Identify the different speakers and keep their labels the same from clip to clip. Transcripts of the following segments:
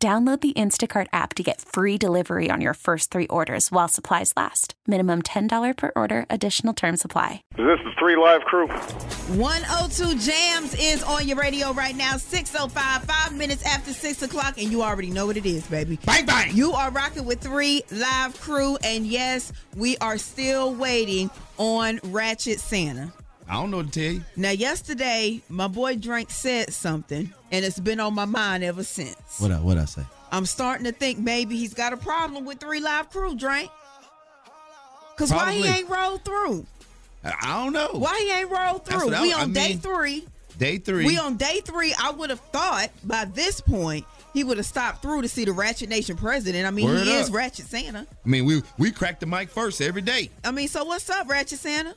Speaker 1: Download the Instacart app to get free delivery on your first three orders while supplies last. Minimum $10 per order, additional term supply.
Speaker 2: Is this the Three Live Crew?
Speaker 3: 102 Jams is on your radio right now, 605, five minutes after 6 o'clock, and you already know what it is, baby.
Speaker 4: Bang, bang.
Speaker 3: You are rocking with three live crew, and yes, we are still waiting on Ratchet Santa.
Speaker 4: I don't know what to tell you.
Speaker 3: Now, yesterday, my boy Drake said something, and it's been on my mind ever since.
Speaker 4: What I, what I say?
Speaker 3: I'm starting to think maybe he's got a problem with Three Live Crew, Drake. Because why he
Speaker 4: Probably.
Speaker 3: ain't rolled through?
Speaker 4: I I don't know.
Speaker 3: Why he ain't rolled
Speaker 4: That's
Speaker 3: through?
Speaker 4: what I-
Speaker 3: We
Speaker 4: I
Speaker 3: on day
Speaker 4: mean-
Speaker 3: three.
Speaker 4: Day three.
Speaker 3: We on day three. I would have thought by this point he would have stopped through to see the Ratchet Nation president. I mean,
Speaker 4: Word
Speaker 3: he is
Speaker 4: up.
Speaker 3: Ratchet Santa.
Speaker 4: I mean, we we crack the mic first every day.
Speaker 3: I mean, so what's up, Ratchet Santa?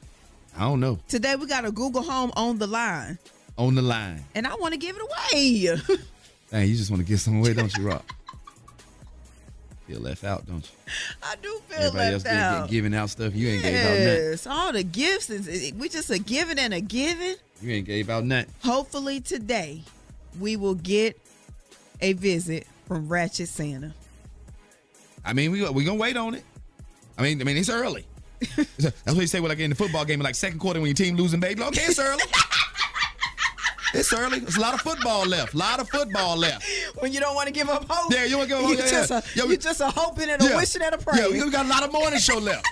Speaker 4: I don't know.
Speaker 3: Today we got a Google Home on the line,
Speaker 4: On the line.
Speaker 3: and I want to give it away.
Speaker 4: Dang, you just want to get some away, don't you, Rock? Feel left out, don't you?
Speaker 3: I do feel
Speaker 4: Everybody
Speaker 3: left
Speaker 4: else getting-
Speaker 3: out.
Speaker 4: giving out stuff. You ain't gave out nothing.
Speaker 3: yes, all the gifts is we just a giving and a giving.
Speaker 4: You ain't gave out nothing.
Speaker 3: Hopefully today we will get a visit from Ratchet Santa.
Speaker 4: I mean, we we gonna wait on it. I mean, I mean, it's early. That's what you say. Well, like in the football game, like second quarter when your team losing, baby. Okay, it's early. it's early. It's a lot of football left. A lot of football left.
Speaker 3: When you don't want to give up hope,
Speaker 4: Yeah, you don't give up hope,
Speaker 3: You're
Speaker 4: yeah,
Speaker 3: just,
Speaker 4: yeah.
Speaker 3: A,
Speaker 4: Yeah, we-
Speaker 3: you're just a hoping and a wishing and a
Speaker 4: Yeah,
Speaker 3: praying.
Speaker 4: we got a lot of morning show left.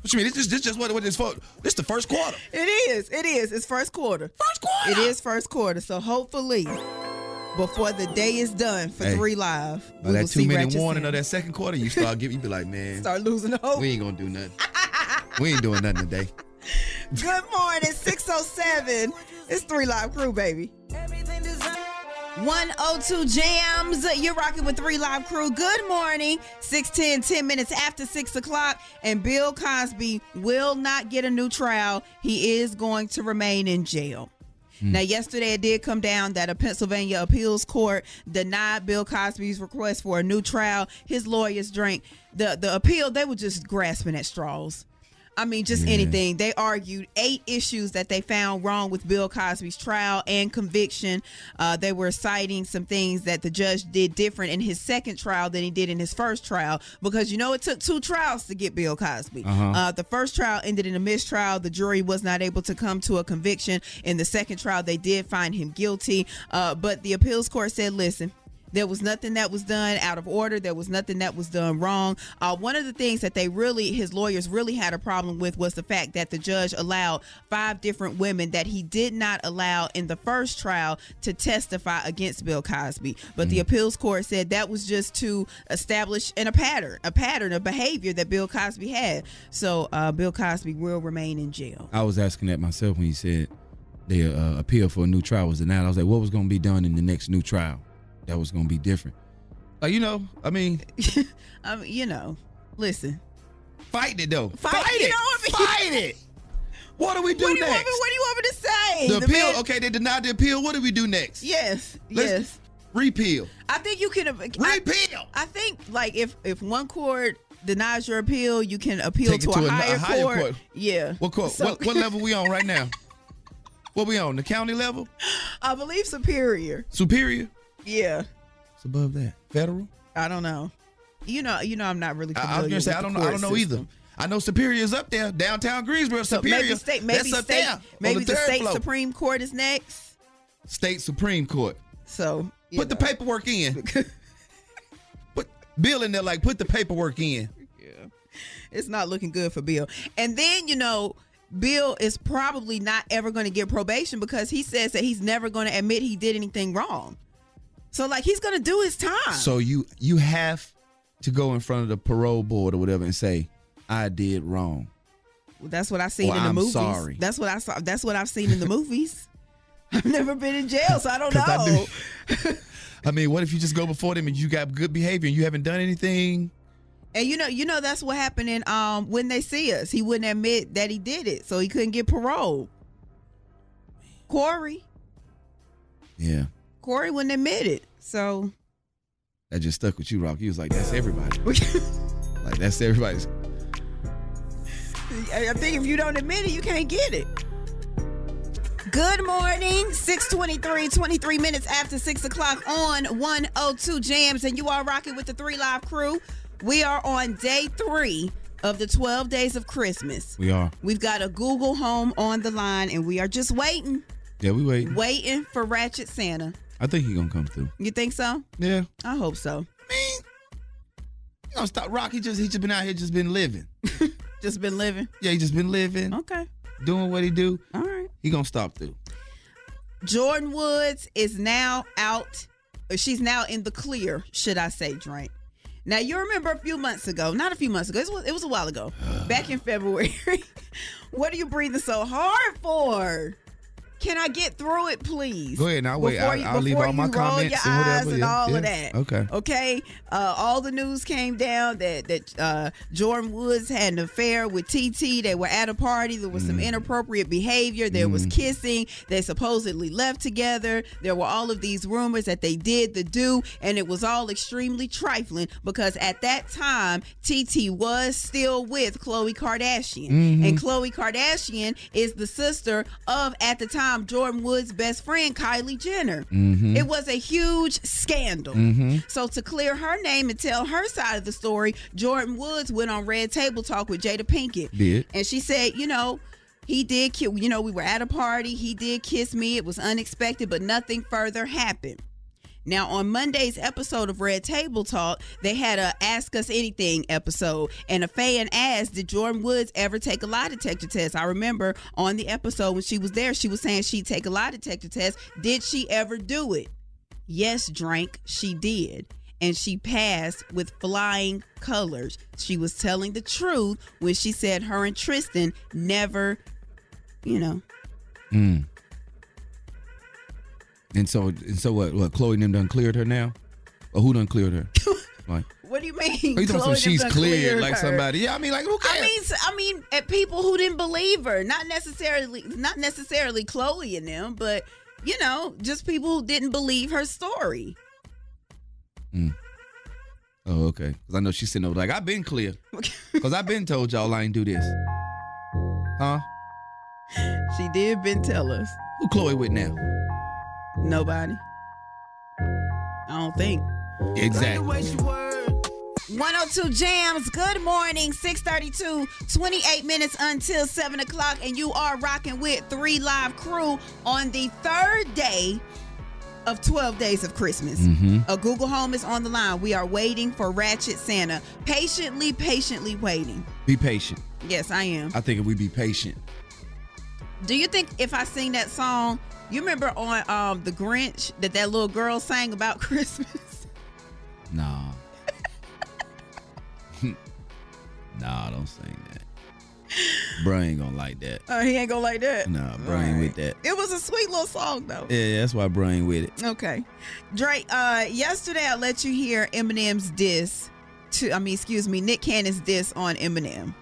Speaker 4: what you mean? This is this just what what this for? This the first quarter.
Speaker 3: It is. It is. It's first quarter.
Speaker 4: First quarter.
Speaker 3: It is first quarter. So hopefully, before the day is done for
Speaker 4: Hey.
Speaker 3: three live,
Speaker 4: By that two
Speaker 3: see
Speaker 4: minute
Speaker 3: Ratchet
Speaker 4: warning of
Speaker 3: Santa
Speaker 4: that second quarter, you start giving. You be like, man,
Speaker 3: Start losing hope.
Speaker 4: we ain't gonna do nothing. we ain't doing nothing today.
Speaker 3: Good morning, 607. It's Three Live Crew, baby. 102 Jams. You're rocking with Three Live Crew. Good morning. 610, 10 minutes after 6 o'clock. And Bill Cosby will not get a new trial. He is going to remain in jail. Now, yesterday it did come down that a Pennsylvania appeals court denied Bill Cosby's request for a new trial. His lawyers drank the the appeal. They were just grasping at straws. I mean, just anything. They argued eight issues that they found wrong with Bill Cosby's trial and conviction. Uh, they were citing some things that the judge did different in his second trial than he did in his first trial because you know it took two trials to get Bill Cosby. uh the first trial ended in a mistrial. The jury was not able to come to a conviction. In the second trial, they did find him guilty. Uh, but the appeals court said, listen, there was nothing that was done out of order. There was nothing that was done wrong. Uh, one of the things that they really, his lawyers really had a problem with was the fact that the judge allowed five different women that he did not allow in the first trial to testify against Bill Cosby. But
Speaker 4: Mm.
Speaker 3: the appeals court said that was just to establish in a pattern, a pattern of behavior that Bill Cosby had. So uh, Bill Cosby will remain in jail.
Speaker 4: I was asking that myself when you said the uh, appeal for a new trial was denied. I was like, what was going to be done in the next new trial that was going to be different? Like, you know, I mean,
Speaker 3: Um, you know, listen.
Speaker 4: fight it though.
Speaker 3: Fight- you
Speaker 4: it.
Speaker 3: know what
Speaker 4: Fight it. What do we do
Speaker 3: What do, you
Speaker 4: next?
Speaker 3: want me, what do you want me to say?
Speaker 4: the appeal.
Speaker 3: man-
Speaker 4: okay, they denied the appeal. What do we do next?
Speaker 3: Yes.
Speaker 4: Let's-
Speaker 3: yes.
Speaker 4: Repeal.
Speaker 3: I think you can. uh, I,
Speaker 4: Repeal.
Speaker 3: I think like if if one court denies your appeal, you can appeal
Speaker 4: Take it
Speaker 3: to,
Speaker 4: to
Speaker 3: a,
Speaker 4: a- a
Speaker 3: higher
Speaker 4: higher
Speaker 3: court.
Speaker 4: court.
Speaker 3: Yeah.
Speaker 4: what court?
Speaker 3: So-
Speaker 4: what, what level we on right now? What we on? The county level?
Speaker 3: I believe superior.
Speaker 4: Superior?
Speaker 3: Yeah.
Speaker 4: It's above that. Federal?
Speaker 3: I don't know. You know. You know. I'm not really. Familiar
Speaker 4: I, I was gonna say
Speaker 3: with
Speaker 4: I don't
Speaker 3: the
Speaker 4: know. I
Speaker 3: court
Speaker 4: don't know either.
Speaker 3: system.
Speaker 4: I know Superior is up there, downtown Greensboro.
Speaker 3: So
Speaker 4: Superior,
Speaker 3: maybe state. Maybe
Speaker 4: that's up
Speaker 3: state.
Speaker 4: there. on
Speaker 3: Maybe the,
Speaker 4: third
Speaker 3: state
Speaker 4: floor.
Speaker 3: supreme court is next.
Speaker 4: State Supreme Court.
Speaker 3: So. you
Speaker 4: Put the
Speaker 3: know.
Speaker 4: paperwork in. put Bill in there, like put the paperwork in.
Speaker 3: It's not looking good for Bill. And then, you know, Bill is probably not ever going to get probation because he says that he's never going to admit he did anything wrong. So, like, he's going to do his time.
Speaker 4: So you you have to go in front of the parole board or whatever and say, I did wrong.
Speaker 3: that's what I seen
Speaker 4: Well,
Speaker 3: in the
Speaker 4: I'm
Speaker 3: movies.
Speaker 4: sorry.
Speaker 3: That's what I saw. That's what I've seen in the movies. I've never been in jail, so I don't know.
Speaker 4: I do- I mean, what if you just go before them and you got good behavior and you haven't done anything?
Speaker 3: And you know, you know that's what happened in um when they see us. He wouldn't admit that he did it, so he couldn't get parole. Corey,
Speaker 4: Yeah,
Speaker 3: Corey wouldn't admit it. So
Speaker 4: that just stuck with you, Rock. You was like, that's everybody. Like that's everybody's.
Speaker 3: I I think if you don't admit it, you can't get it. Good morning. 623, 23 minutes after 6 o'clock on 102 Jams, and you are rocking with the Three Live crew. We are on day three of the 12 days of Christmas.
Speaker 4: We are.
Speaker 3: We've got a Google Home on the line, and we are just waiting,
Speaker 4: Yeah, we waiting.
Speaker 3: waiting for Ratchet Santa.
Speaker 4: I think he gonna come through.
Speaker 3: You think so?
Speaker 4: Yeah.
Speaker 3: I hope so.
Speaker 4: I mean, you know, stop. Rock. He just he just been out here, just been living.
Speaker 3: Just been living.
Speaker 4: Yeah, he just been living,
Speaker 3: Okay.
Speaker 4: doing what he do.
Speaker 3: All right.
Speaker 4: He gonna stop through.
Speaker 3: Jordan Woods is now out. or She's now in the clear, should I say, Drake. Now you remember a few months ago, not a few months ago, it was, it was a while ago, back in February. what are you breathing so hard for? Can I get through it, please?
Speaker 4: Go ahead, now wait.
Speaker 3: Before
Speaker 4: I,
Speaker 3: you-
Speaker 4: I'll leave
Speaker 3: before
Speaker 4: all my
Speaker 3: you roll
Speaker 4: comments
Speaker 3: your
Speaker 4: and whatever.
Speaker 3: eyes and
Speaker 4: yeah,
Speaker 3: all of
Speaker 4: yeah.
Speaker 3: that.
Speaker 4: Okay.
Speaker 3: Okay, uh, all the news came down that that uh, Jordan Woods had an affair with TT. They were at a party. There was some inappropriate behavior. There was kissing. They supposedly left together. There were all of these rumors that they did the do, and it was all extremely trifling because at that time TT was still with Khloe Kardashian, and Khloe Kardashian is the sister of at the time Jordan Woods' best friend Kylie Jenner. It was a huge scandal. So to clear her name and tell her side of the story, Jordan Woods went on Red Table Talk with Jada Pinkett.
Speaker 4: Did.
Speaker 3: And she said, you know, he did kiss, you know, we were at a party. He did kiss me. It was unexpected, but nothing further happened. Now, on Monday's episode of Red Table Talk, they had a Ask Us Anything episode, and a fan asked, Did Jordan Woods ever take a lie detector test? I remember on the episode when she was there, she was saying she'd take a lie detector test. Did she ever do it? Yes, drank, she did. And she passed with flying colors. She was telling the truth when she said her and Tristan never, you know,
Speaker 4: Mm. And so, and so what? What? Chloe and them done cleared her now, or who done cleared her? like,
Speaker 3: what do you mean?
Speaker 4: are Oh, you talking
Speaker 3: Chloe
Speaker 4: about she's
Speaker 3: done
Speaker 4: cleared, like
Speaker 3: her?
Speaker 4: somebody? Yeah, I mean, like who cares?
Speaker 3: I mean, s- I mean, at people who didn't believe her, not necessarily, not necessarily Chloe and them, but you know, just people who didn't believe her story.
Speaker 4: oh, okay. Because I know she's sitting over there like I've been clear, because I've been told y'all I ain't do this, huh?
Speaker 3: She did been tell us
Speaker 4: Who Chloe with now?
Speaker 3: nobody. I don't think.
Speaker 4: Exactly.
Speaker 3: 102 Jams, good morning. 632, 28 minutes until 7 o'clock, and you are rocking with Three Live Crew on the third day of 12 Days of Christmas.
Speaker 4: Mm-hmm.
Speaker 3: A Google Home is on the line. We are waiting for Ratchet Santa. Patiently, patiently waiting.
Speaker 4: Be patient.
Speaker 3: Yes, I am.
Speaker 4: I think if we be patient,
Speaker 3: Do you think if I sing that song, you remember on um, The Grinch that that little girl sang about Christmas?
Speaker 4: nah, nah, don't sing that. Bro ain't gonna like that.
Speaker 3: Uh, he ain't gonna like that.
Speaker 4: Nah, bro ain't with that.
Speaker 3: It was a sweet little song, though.
Speaker 4: Yeah, that's why bro ain't with it.
Speaker 3: Okay. Drake, uh, yesterday I let you hear Eminem's diss to I mean, excuse me, Nick Cannon's diss on Eminem.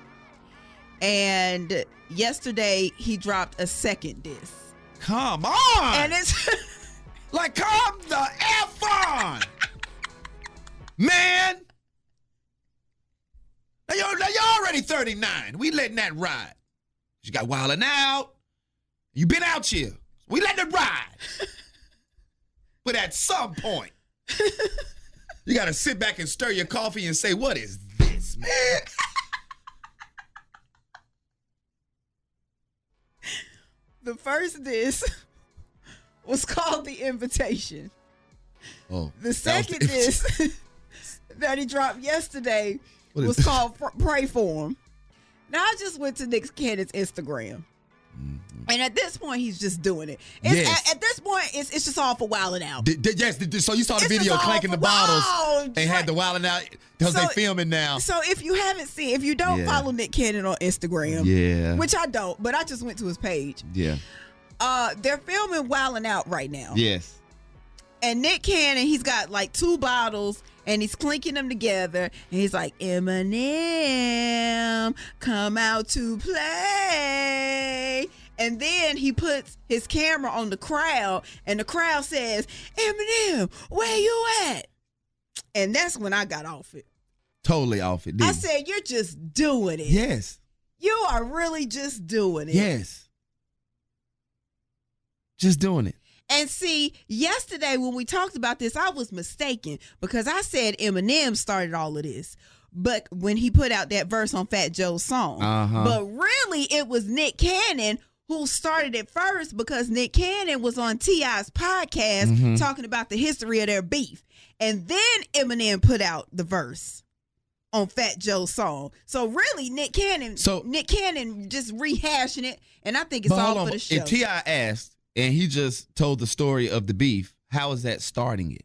Speaker 3: And yesterday he dropped a second diss.
Speaker 4: Come on!
Speaker 3: And it's
Speaker 4: Like, come the F on! Man! Now you're, now you're already 39. We letting that ride. You got wildin' out. You been out here. We letting it ride. but at some point, you gotta sit back and stir your coffee and say, what is this, man?
Speaker 3: the first diss was called the invitation.
Speaker 4: Oh,
Speaker 3: The second diss that he dropped yesterday
Speaker 4: What is
Speaker 3: was
Speaker 4: this?
Speaker 3: called Fr- Pray For Him. Now I just went to Nick Cannon's Instagram. And at this point, he's just doing it. It's,
Speaker 4: Mm-hmm. Yes.
Speaker 3: at, at this point, it's, it's just all for wilding out.
Speaker 4: Did, did- yes, did- so you saw the
Speaker 3: It's
Speaker 4: video
Speaker 3: just all
Speaker 4: clanking the
Speaker 3: for-
Speaker 4: bottles
Speaker 3: Wow,
Speaker 4: and had the wildin' out because
Speaker 3: So-
Speaker 4: they filming now.
Speaker 3: So if you haven't seen, if you don't
Speaker 4: Yeah.
Speaker 3: follow Nick Cannon on Instagram,
Speaker 4: Yeah.
Speaker 3: which I don't, but I just went to his page.
Speaker 4: yeah.
Speaker 3: Uh, they're filming Wildin' Out right now.
Speaker 4: Yes.
Speaker 3: and Nick Cannon, he's got like two bottles and he's clinking them together and he's like, Eminem, come out to play. And then he puts his camera on the crowd and the crowd says, Eminem, where you at? And that's when I got off it.
Speaker 4: Totally off it.
Speaker 3: I
Speaker 4: didn't you?
Speaker 3: said, You're just doing it.
Speaker 4: yes,
Speaker 3: You are really just doing it.
Speaker 4: yes. Just doing it.
Speaker 3: And see, yesterday when we talked about this, I was mistaken because I said Eminem started all of this. But when he put out that verse on Fat Joe's song,
Speaker 4: Uh-huh.
Speaker 3: but really it was Nick Cannon who started it first because Nick Cannon was on T.I.'s podcast
Speaker 4: Mhm.
Speaker 3: talking about the history of their beef. And then Eminem put out the verse on Fat Joe's song. So really Nick Cannon
Speaker 4: So-
Speaker 3: Nick Cannon just rehashing it and I think it's all for the show.
Speaker 4: If Ti asked and he just told the story of the beef, how is that starting it?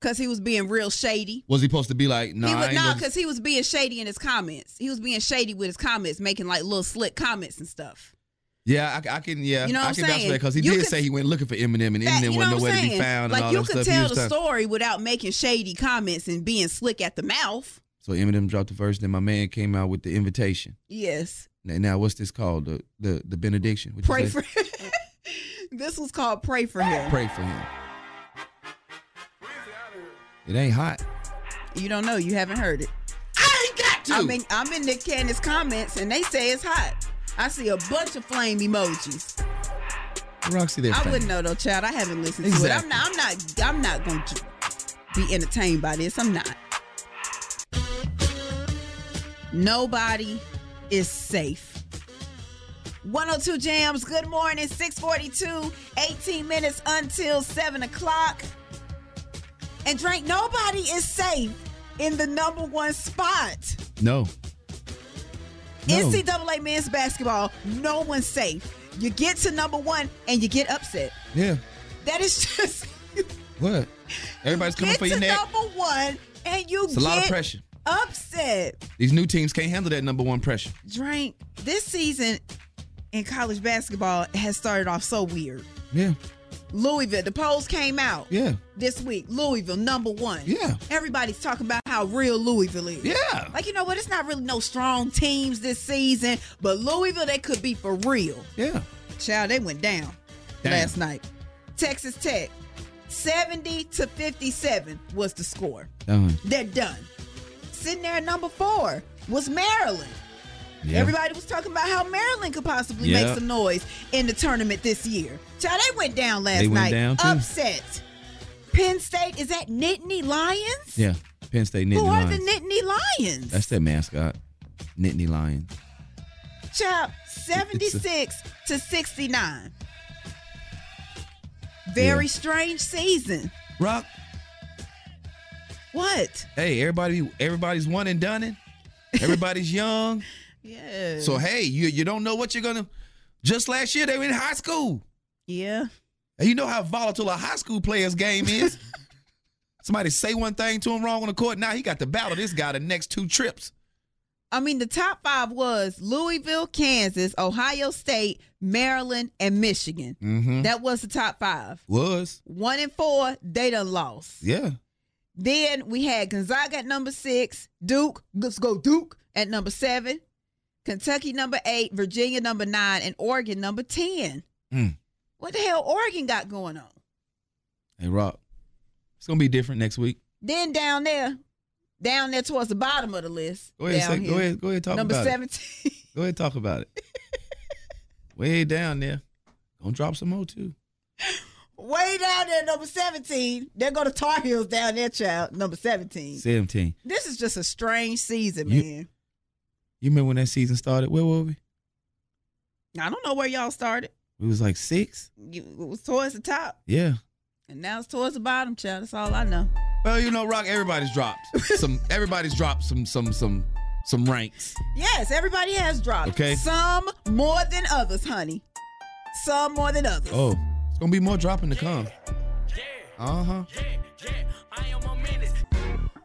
Speaker 3: Cause he was being real shady.
Speaker 4: Was he supposed to be like, nah,
Speaker 3: he
Speaker 4: I
Speaker 3: was
Speaker 4: ain't
Speaker 3: no,
Speaker 4: gonna-
Speaker 3: because he was being shady in his comments. He was being shady with his comments, making like little slick comments and stuff.
Speaker 4: yeah, I, I can, yeah,
Speaker 3: You know what
Speaker 4: I
Speaker 3: I'm
Speaker 4: can vouch
Speaker 3: saying?
Speaker 4: for that because he
Speaker 3: You
Speaker 4: did
Speaker 3: could-
Speaker 4: say he went looking for Eminem and
Speaker 3: That-
Speaker 4: Eminem
Speaker 3: you know
Speaker 4: wasn't
Speaker 3: what
Speaker 4: nowhere
Speaker 3: I'm
Speaker 4: to
Speaker 3: saying?
Speaker 4: be found.
Speaker 3: like
Speaker 4: and all
Speaker 3: you
Speaker 4: that
Speaker 3: could
Speaker 4: stuff. He
Speaker 3: tell
Speaker 4: was
Speaker 3: the
Speaker 4: trying-
Speaker 3: story without making shady comments and being slick at the mouth.
Speaker 4: So Eminem dropped the verse, then my man came out with the invitation.
Speaker 3: Yes,
Speaker 4: Now, now what's this called? The the, the benediction. What you
Speaker 3: pray
Speaker 4: say?
Speaker 3: for. this was called pray for him.
Speaker 4: pray for him. It ain't hot.
Speaker 3: You don't know. You haven't heard it.
Speaker 4: I ain't got
Speaker 3: I'm in. I'm in Nick Cannon's comments, and they say it's hot. I see a bunch of flame emojis.
Speaker 4: Roxy, there.
Speaker 3: I wouldn't know though, child. I haven't listened to it. I'm
Speaker 4: Exactly.
Speaker 3: not. I'm not. I'm not going to be entertained by this. I'm not. Nobody is safe. 102 Jams, good morning, 642, 18 minutes until 7 o'clock. And Drake, nobody is safe in the number one spot.
Speaker 4: No. No.
Speaker 3: NCAA men's basketball, no one's safe. You get to number one and you get upset.
Speaker 4: Yeah.
Speaker 3: That is just
Speaker 4: What? Everybody's coming
Speaker 3: get
Speaker 4: for your
Speaker 3: to
Speaker 4: neck.
Speaker 3: number one and you
Speaker 4: It's a
Speaker 3: get
Speaker 4: lot of pressure.
Speaker 3: upset.
Speaker 4: These new teams can't handle that number one pressure.
Speaker 3: Drink this season in college basketball has started off so weird.
Speaker 4: Yeah.
Speaker 3: Louisville, the polls came out
Speaker 4: Yeah.
Speaker 3: this week. Louisville number one.
Speaker 4: Yeah.
Speaker 3: everybody's talking about how real Louisville is.
Speaker 4: Yeah.
Speaker 3: Like you know what? It's not really no strong teams this season, but Louisville they could be for real.
Speaker 4: Yeah.
Speaker 3: Child, they went down
Speaker 4: Damn.
Speaker 3: last night. Texas Tech, 70 to 57 was the score.
Speaker 4: Done.
Speaker 3: They're done. Sitting there at number four was Maryland.
Speaker 4: Yeah.
Speaker 3: Everybody was talking about how Maryland could possibly
Speaker 4: Yeah.
Speaker 3: make some noise in the tournament this year. Child, they went down last
Speaker 4: They went
Speaker 3: night.
Speaker 4: down, too.
Speaker 3: Upset. Penn State is at Nittany Lions.
Speaker 4: Yeah. Penn State Nittany
Speaker 3: Who are
Speaker 4: Lions.
Speaker 3: the Nittany Lions?
Speaker 4: That's their mascot. Nittany Lions.
Speaker 3: Child, 76 to 69. Very
Speaker 4: Yeah.
Speaker 3: strange season.
Speaker 4: Rock.
Speaker 3: What?
Speaker 4: Hey, everybody. Everybody's one and done it. Everybody's young.
Speaker 3: Yeah.
Speaker 4: So hey, you you don't know what you're gonna. Just last year they were in high school.
Speaker 3: yeah.
Speaker 4: And you know how volatile a high school player's game is. Somebody say one thing to him wrong on the court. Now he got to battle this guy the next two trips.
Speaker 3: I mean, the top five was Louisville, Kansas, Ohio State, Maryland, and Michigan.
Speaker 4: Mm-hmm.
Speaker 3: That was the top five.
Speaker 4: Was
Speaker 3: One and four, they done lost.
Speaker 4: yeah.
Speaker 3: Then we had Gonzaga at number six, Duke, let's go Duke at number seven, Kentucky number eight, Virginia number nine, and Oregon number 10.
Speaker 4: Mm.
Speaker 3: What the hell Oregon got going on?
Speaker 4: Hey Rob, it's gonna be different next week.
Speaker 3: Then down there, down there towards the bottom of the list.
Speaker 4: Go ahead,
Speaker 3: down
Speaker 4: say,
Speaker 3: here,
Speaker 4: go ahead, go ahead, talk
Speaker 3: number
Speaker 4: about it.
Speaker 3: 17.
Speaker 4: Go ahead, talk about it. Way down there, gonna drop some more too.
Speaker 3: Way down there, number 17. They go to Tar Heels down there, child, number 17.
Speaker 4: Seventeen.
Speaker 3: This is just a strange season,
Speaker 4: You-
Speaker 3: man.
Speaker 4: You remember when that season started? Where were we?
Speaker 3: I don't know where y'all started.
Speaker 4: We was like six.
Speaker 3: You, it was towards the top,
Speaker 4: Yeah.
Speaker 3: and now it's towards the bottom, child. That's all I know.
Speaker 4: Well, you know, Rock. Everybody's dropped some. Everybody's dropped some some some some ranks.
Speaker 3: Yes, everybody has dropped.
Speaker 4: Okay.
Speaker 3: Some more than others, honey. Some more than others.
Speaker 4: Oh, it's gonna be Uh-huh. more dropping to come. Uh huh.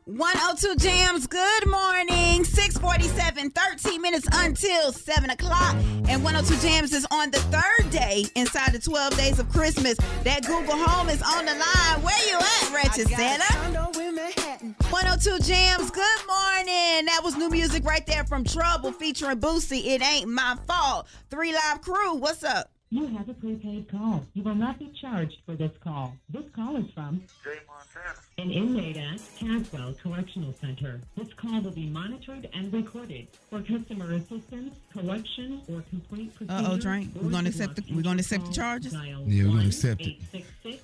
Speaker 3: 102 Jams, good morning. 647, 13 minutes until 7 o'clock. And 102 Jams is on the third day inside the 12 days of Christmas. That Google Home is on the line. Where you at, Wretched Santa? 102 Jams, good morning. That was new music right there from Trouble featuring Boosie. It ain't my fault. Three Live Crew, what's up?
Speaker 2: You have a prepaid call. You will not be charged for this call. This call is from
Speaker 5: Jay Montana.
Speaker 2: an inmate at Caswell Correctional Center. This call will be monitored and recorded for customer assistance, collection, or complaint procedure.
Speaker 3: Uh-oh, Drake.
Speaker 2: or
Speaker 3: We're gonna
Speaker 2: to
Speaker 3: accept
Speaker 2: lock
Speaker 3: the- we're gonna accept the
Speaker 2: call,
Speaker 3: charges?
Speaker 2: dial
Speaker 4: Yeah, we're gonna accept it.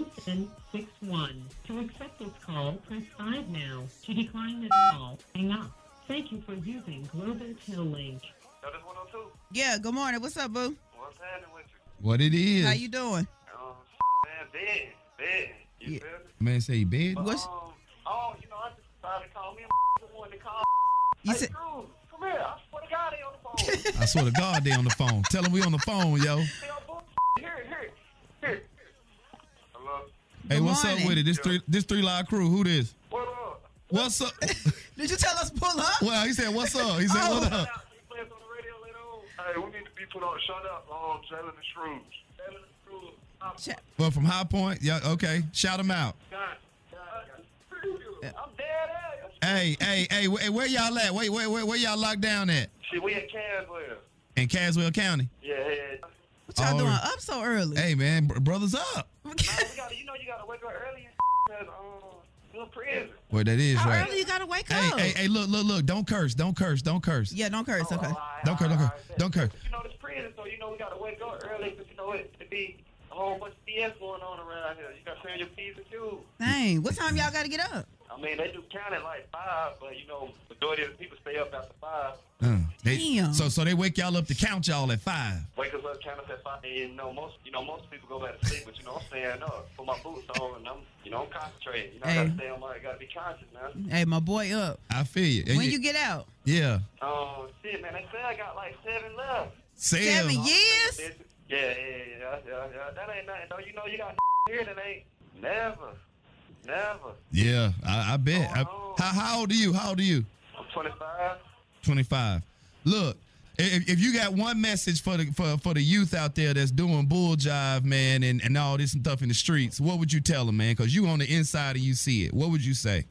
Speaker 2: 1-866-230-7761. To accept this call, press 5 now. To decline this call, hang up. Thank you for using Global Till Link.
Speaker 5: That is 102.
Speaker 3: Yeah, good morning. What's up, boo?
Speaker 5: What's happening with you?
Speaker 4: What it is?
Speaker 3: How you doing?
Speaker 5: Um, man, bed, bed. You
Speaker 3: Yeah.
Speaker 5: feel me?
Speaker 4: man say bed.
Speaker 5: But,
Speaker 3: What's-
Speaker 5: Um, oh, you know, I just decided to call me and the one to call.
Speaker 3: You
Speaker 5: hey,
Speaker 3: said-
Speaker 5: dude, come here. I swear to God, they on the phone.
Speaker 4: I swear to God, they on the phone. Tell them we on the phone, yo.
Speaker 5: Tell bull- Here, here, here. Hello.
Speaker 4: Hey,
Speaker 3: Good
Speaker 4: what's
Speaker 3: morning.
Speaker 4: up with it? This three, this three live crew. Who this?
Speaker 5: What up?
Speaker 4: What's up?
Speaker 3: Did you tell us pull up?
Speaker 4: Well, he said, what's up? He said,
Speaker 3: Oh.
Speaker 4: what
Speaker 5: Shout
Speaker 4: up?
Speaker 5: out. You play us on the radio later on. Hey, we need to be put on. Shut up. Um, Jalen the Shrews. Jalen the Shrews. I'm
Speaker 3: Ch-
Speaker 4: Well, from High Point, yeah, okay. Shout them out.
Speaker 5: God. God.
Speaker 3: Uh,
Speaker 5: I'm dead ass.
Speaker 4: Hey, hey, hey, wh- hey, where y'all at? Wait, wait, wait, where y'all locked down at?
Speaker 5: Shit, we at Caswell.
Speaker 4: In Caswell County.
Speaker 5: Yeah, yeah.
Speaker 3: What y'all
Speaker 4: Oh.
Speaker 3: doing up so early?
Speaker 4: Hey, man, br- brothers up.
Speaker 5: Man, we gotta, you know, you gotta wake up early and because um, you're in prison.
Speaker 4: Well, that is
Speaker 3: How
Speaker 4: right.
Speaker 3: early you gotta wake
Speaker 4: Hey,
Speaker 3: up?
Speaker 4: hey, hey, look, look, look. Don't curse. Don't curse. Don't curse.
Speaker 3: Oh. Yeah, don't curse. Okay.
Speaker 5: Oh, all right,
Speaker 4: Don't curse,
Speaker 5: all
Speaker 4: don't
Speaker 5: right,
Speaker 4: curse,
Speaker 5: all right.
Speaker 4: don't curse.
Speaker 5: You know, this prison, so you know we gotta wake up early because you know it it be a whole bunch of BS going on around here. You gotta send your P's and Q's.
Speaker 3: Dang, what time y'all gotta get up?
Speaker 5: I mean, they do count at like five, but you know, majority of the people stay up after five.
Speaker 4: Uh, they,
Speaker 3: Damn.
Speaker 4: So, so they wake y'all up to count y'all at five.
Speaker 5: Wake us up, count us at five. And, you know, most you know most people go back to sleep, but you know I'm staying up, put my boots on, and I'm you know I'm concentrating. You know, I
Speaker 3: Hey.
Speaker 5: gotta stay on my, gotta be conscious, man.
Speaker 3: Hey, my boy up.
Speaker 4: I feel you. And
Speaker 3: When you get out?
Speaker 4: yeah,
Speaker 5: Oh shit, man, they say I got like seven left.
Speaker 4: Sam.
Speaker 3: Seven years?
Speaker 5: Yeah, yeah, yeah, yeah, yeah. That ain't nothing. Though you know you got here that ain't never, never.
Speaker 4: Yeah, I, I bet. I-
Speaker 5: Oh.
Speaker 4: how, how old are you? How old are you?
Speaker 5: I'm 25.
Speaker 4: 25. Look, if, if you got one message for the for, for the youth out there that's doing bull jive, man, and, and all this stuff in the streets, what would you tell them, man? Because you on the inside and you see it. What would you say?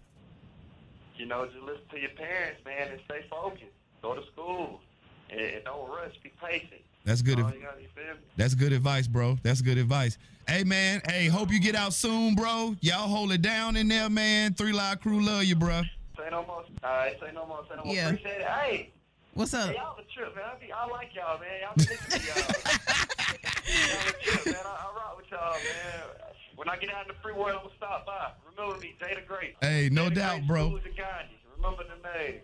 Speaker 5: You know, just listen to your parents, man, and stay focused. Go to school and, and don't rush. Be patient.
Speaker 4: That's good.
Speaker 5: Oh,
Speaker 4: adv-
Speaker 5: you gotta be feel me?
Speaker 4: that's good advice, bro. That's good advice. Hey, man. Hey, hope you get out soon, bro. Y'all hold it down in there, man. Three Live Crew love you, bro.
Speaker 5: Say no more. All right, say no more. Say no more.
Speaker 3: Yeah.
Speaker 5: Appreciate it. Hey,
Speaker 3: What's up?
Speaker 5: hey, y'all the trip, man. I, be, I like y'all, man. Y'all be listening to y'all. y'all the trip, man. I, I rock with y'all, man. When I get out in the free world, I'm gonna stop by. Remember me, Jada Great.
Speaker 4: Hey, no
Speaker 5: Jada
Speaker 4: doubt,
Speaker 5: Great
Speaker 4: bro.
Speaker 5: Schools in Gandhi. Remember the name.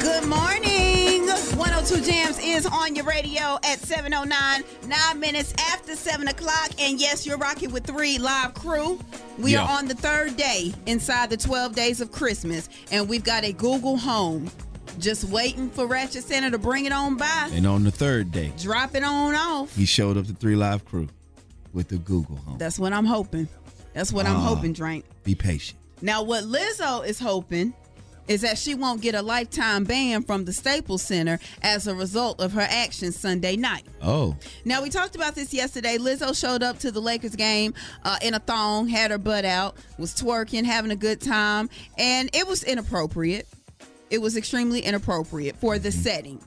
Speaker 3: Good morning. 102 Jams is on your radio at 709, nine minutes after 7 o'clock. And yes, you're rocking with three live crew. We
Speaker 4: Yeah.
Speaker 3: are on the third day inside the 12 days of Christmas, and we've got a Google Home just waiting for Ratchet Center to bring it on by,
Speaker 6: And on the third day,
Speaker 3: drop it on off.
Speaker 6: he showed up to Three Live Crew with the Google Home.
Speaker 3: That's what I'm hoping. That's what I'm
Speaker 6: Ah.
Speaker 4: Uh-huh.
Speaker 3: hoping, Drake.
Speaker 6: Be patient.
Speaker 3: Now, what Lizzo is hoping is that she won't get a lifetime ban from the Staples Center as a result of her actions Sunday night.
Speaker 6: Oh,
Speaker 3: Now, we talked about this yesterday. Lizzo showed up to the Lakers game uh, in a thong, had her butt out, was twerking, having a good time, and it was inappropriate. It was extremely inappropriate for the setting.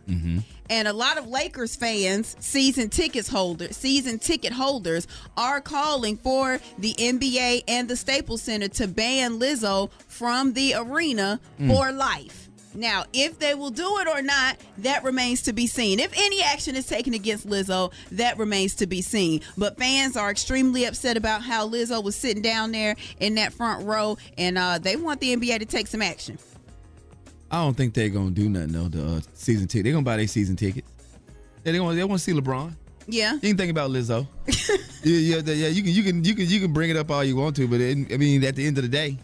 Speaker 3: And a lot of Lakers fans, season tickets holder, season ticket holders are calling for the NBA and the Staples Center to ban Lizzo from the arena for life. Now, if they will do it or not, that remains to be seen. If any action is taken against Lizzo, that remains to be seen. But fans are extremely upset about how Lizzo was sitting down there in that front row, and uh, they want the NBA to take some action.
Speaker 6: I don't think they're gonna do nothing though. The uh, season ticket, they're gonna buy their season tickets. They they gonna they want to see LeBron.
Speaker 3: Yeah.
Speaker 6: You can think about Lizzo. yeah, yeah, yeah, yeah. You can you can you can you can bring it up all you want to, but it, I mean, at the end of the day,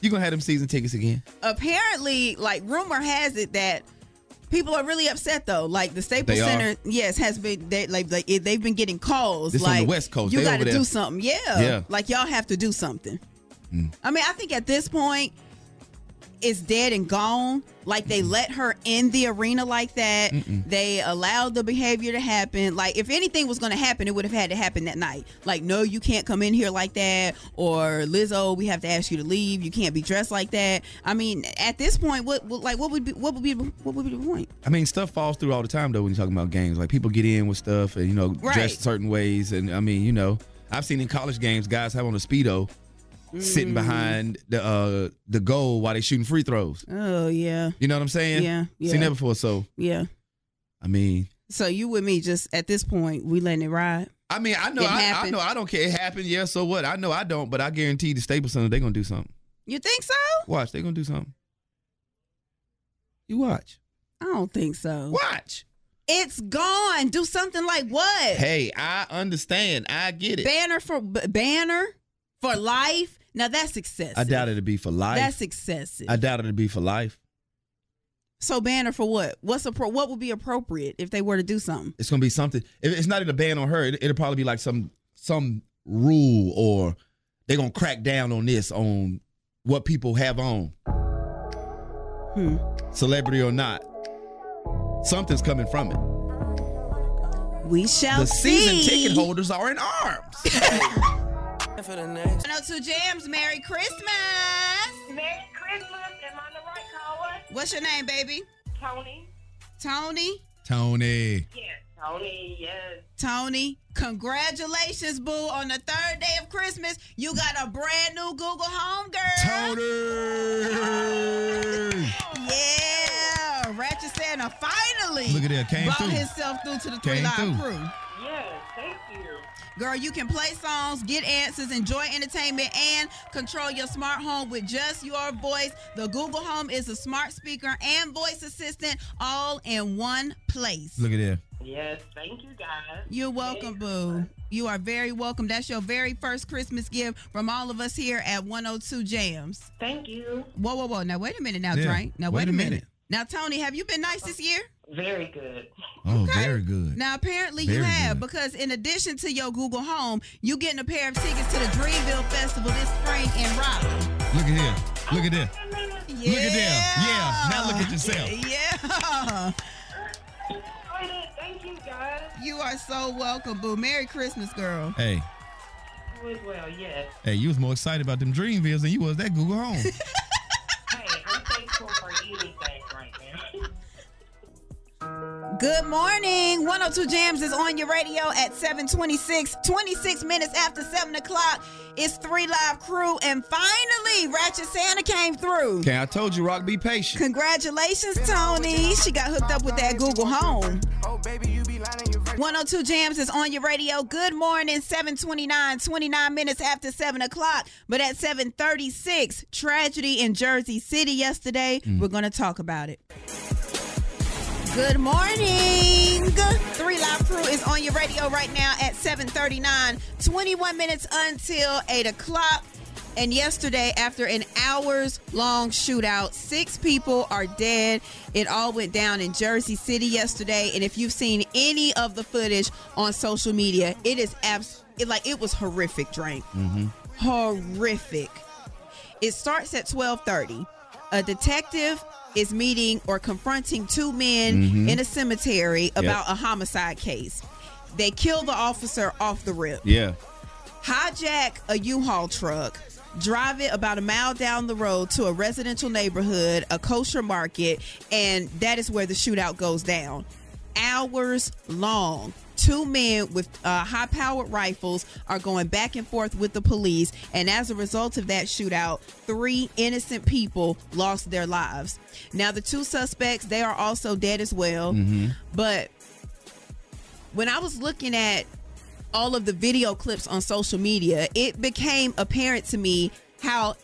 Speaker 6: you are gonna have them season tickets again.
Speaker 3: apparently, like rumor has it that people are really upset though. Like the Staples
Speaker 6: They are.
Speaker 3: Center, yes, has been they like, like it, they've been getting calls.
Speaker 6: This on
Speaker 3: like
Speaker 6: the West Coast.
Speaker 3: you
Speaker 6: They
Speaker 3: got to
Speaker 6: over there.
Speaker 3: do something. Yeah,
Speaker 6: Yeah.
Speaker 3: like y'all have to do something. I mean, I think at this point, it's dead and gone. Like they let her in the arena like that. They allowed the behavior to happen. Like if anything was going to happen, it would have had to happen that night. Like no, you can't come in here like that. Or Lizzo, we have to ask you to leave. You can't be dressed like that. I mean, at this point, what, what like what would be what would be what would be the point?
Speaker 4: I mean, stuff falls through all the time though when you're talking about games. Like people get in with stuff and you know
Speaker 3: Right.
Speaker 4: dress certain ways, and I mean, you know, I've seen in college games guys have on a speedo
Speaker 3: Mm.
Speaker 4: sitting behind the uh the goal while they shooting free throws.
Speaker 3: Oh yeah,
Speaker 4: You know what I'm saying?
Speaker 3: Yeah, yeah.
Speaker 4: Seen that before. So
Speaker 3: yeah.
Speaker 4: I mean,
Speaker 3: So you with me? Just at this point, we letting it ride.
Speaker 4: I mean, I know,
Speaker 3: It
Speaker 4: I, I
Speaker 3: happened.
Speaker 4: know, I don't care. It happened. Yeah. So what? I know I don't, but I guarantee the Staples Center they're gonna do something.
Speaker 3: You think so?
Speaker 4: Watch, they're gonna do something. You watch.
Speaker 3: I don't think so.
Speaker 4: Watch.
Speaker 3: It's gone. Do something like what?
Speaker 4: Hey, I understand. I get it.
Speaker 3: Banner for b- banner for life. Now that's excessive.
Speaker 4: I doubt it'll be for life.
Speaker 3: That's excessive.
Speaker 4: I doubt it'll be for life.
Speaker 3: so banner for what? What's appro- what would be appropriate if they were to do something?
Speaker 4: It's gonna be something. If it's not even a ban on her, it, it'll probably be like some some rule or they're gonna crack down on this on what people have on,
Speaker 3: Hmm.
Speaker 4: celebrity or not. Something's coming from it.
Speaker 3: We shall
Speaker 4: The season
Speaker 3: see.
Speaker 4: ticket holders are in arms.
Speaker 3: 102 Jams. Merry Christmas.
Speaker 2: Merry Christmas. Am I the right caller?
Speaker 3: What's your name, baby?
Speaker 2: Tony?
Speaker 3: Tony.
Speaker 6: Tony.
Speaker 2: Yes. Tony, yes.
Speaker 3: Tony, congratulations, boo! On the third day of Christmas, you got a brand new Google Home girl.
Speaker 6: Tony.
Speaker 3: Yeah, Ratchet Santa finally
Speaker 6: Look at that, came
Speaker 3: brought
Speaker 6: through.
Speaker 3: himself through to the three
Speaker 6: Came
Speaker 3: live
Speaker 6: through.
Speaker 3: crew.
Speaker 2: Yes, thank you.
Speaker 3: Girl, you can play songs, get answers, enjoy entertainment, and control your smart home with just your voice. The Google Home is a smart speaker and voice assistant all in one place.
Speaker 6: Look at that.
Speaker 2: Yes, thank you guys.
Speaker 3: You're welcome, boo. You are very welcome. That's your very first Christmas gift from all of us here at 102 Jams.
Speaker 2: Thank you.
Speaker 3: Whoa, whoa, whoa. Now, wait a minute now,
Speaker 6: Yeah.
Speaker 3: Drake. Now,
Speaker 6: Wait
Speaker 3: wait,
Speaker 6: a
Speaker 3: a minute.
Speaker 6: minute.
Speaker 3: Now, Tony, have you been nice this year?
Speaker 2: Very good.
Speaker 6: Oh, very good.
Speaker 3: Now, apparently you
Speaker 6: Very
Speaker 3: have,
Speaker 6: good.
Speaker 3: because in addition to your Google Home, you getting a pair of tickets to the Dreamville Festival this spring in Raleigh.
Speaker 6: Look at here. Look at there.
Speaker 3: Yeah.
Speaker 6: Look at them. Yeah. Now look at yourself.
Speaker 3: Yeah.
Speaker 2: Thank you guys.
Speaker 3: You are so welcome, boo. Merry Christmas, girl.
Speaker 6: Hey,
Speaker 2: You as well, yes.
Speaker 6: hey, you was more excited about them Dreamvilles than you was that Google Home.
Speaker 2: Hey, I'm thankful for anything right now.
Speaker 3: Good morning. 102 Jams is on your radio at 726, 26 minutes after 7 o'clock. It's Three Live Crew, and finally, Ratchet Santa came through.
Speaker 4: Okay, I told you, Rock, be patient.
Speaker 3: Congratulations, Tony. She got hooked up with that Google Home. 102 Jams is on your radio. Good morning, 729, 29 minutes after 7 o'clock. But at 736, tragedy in Jersey City yesterday. We're going to talk about it. Good morning. Three Live Crew is on your radio right now at 739, 21 minutes until 8 o'clock. And yesterday, after an hours long shootout, six people are dead. It all went down in Jersey City yesterday. And if you've seen any of the footage on social media, it is abs- it, like it was horrific, Drake. Horrific. It starts at 12:30. A detective is meeting or confronting two men in a cemetery about a homicide case. They kill the officer off the rip
Speaker 4: Yeah.
Speaker 3: hijack a U-Haul truck, drive it about a mile down the road to a residential neighborhood, a kosher market, and that is where the shootout goes down. Hours long. Two men with uh, high powered rifles are going back and forth with the police, and as a result of that shootout, three innocent people lost their lives. Now, the two suspects, they are also dead as well. But when I was looking at all of the video clips on social media, it became apparent to me how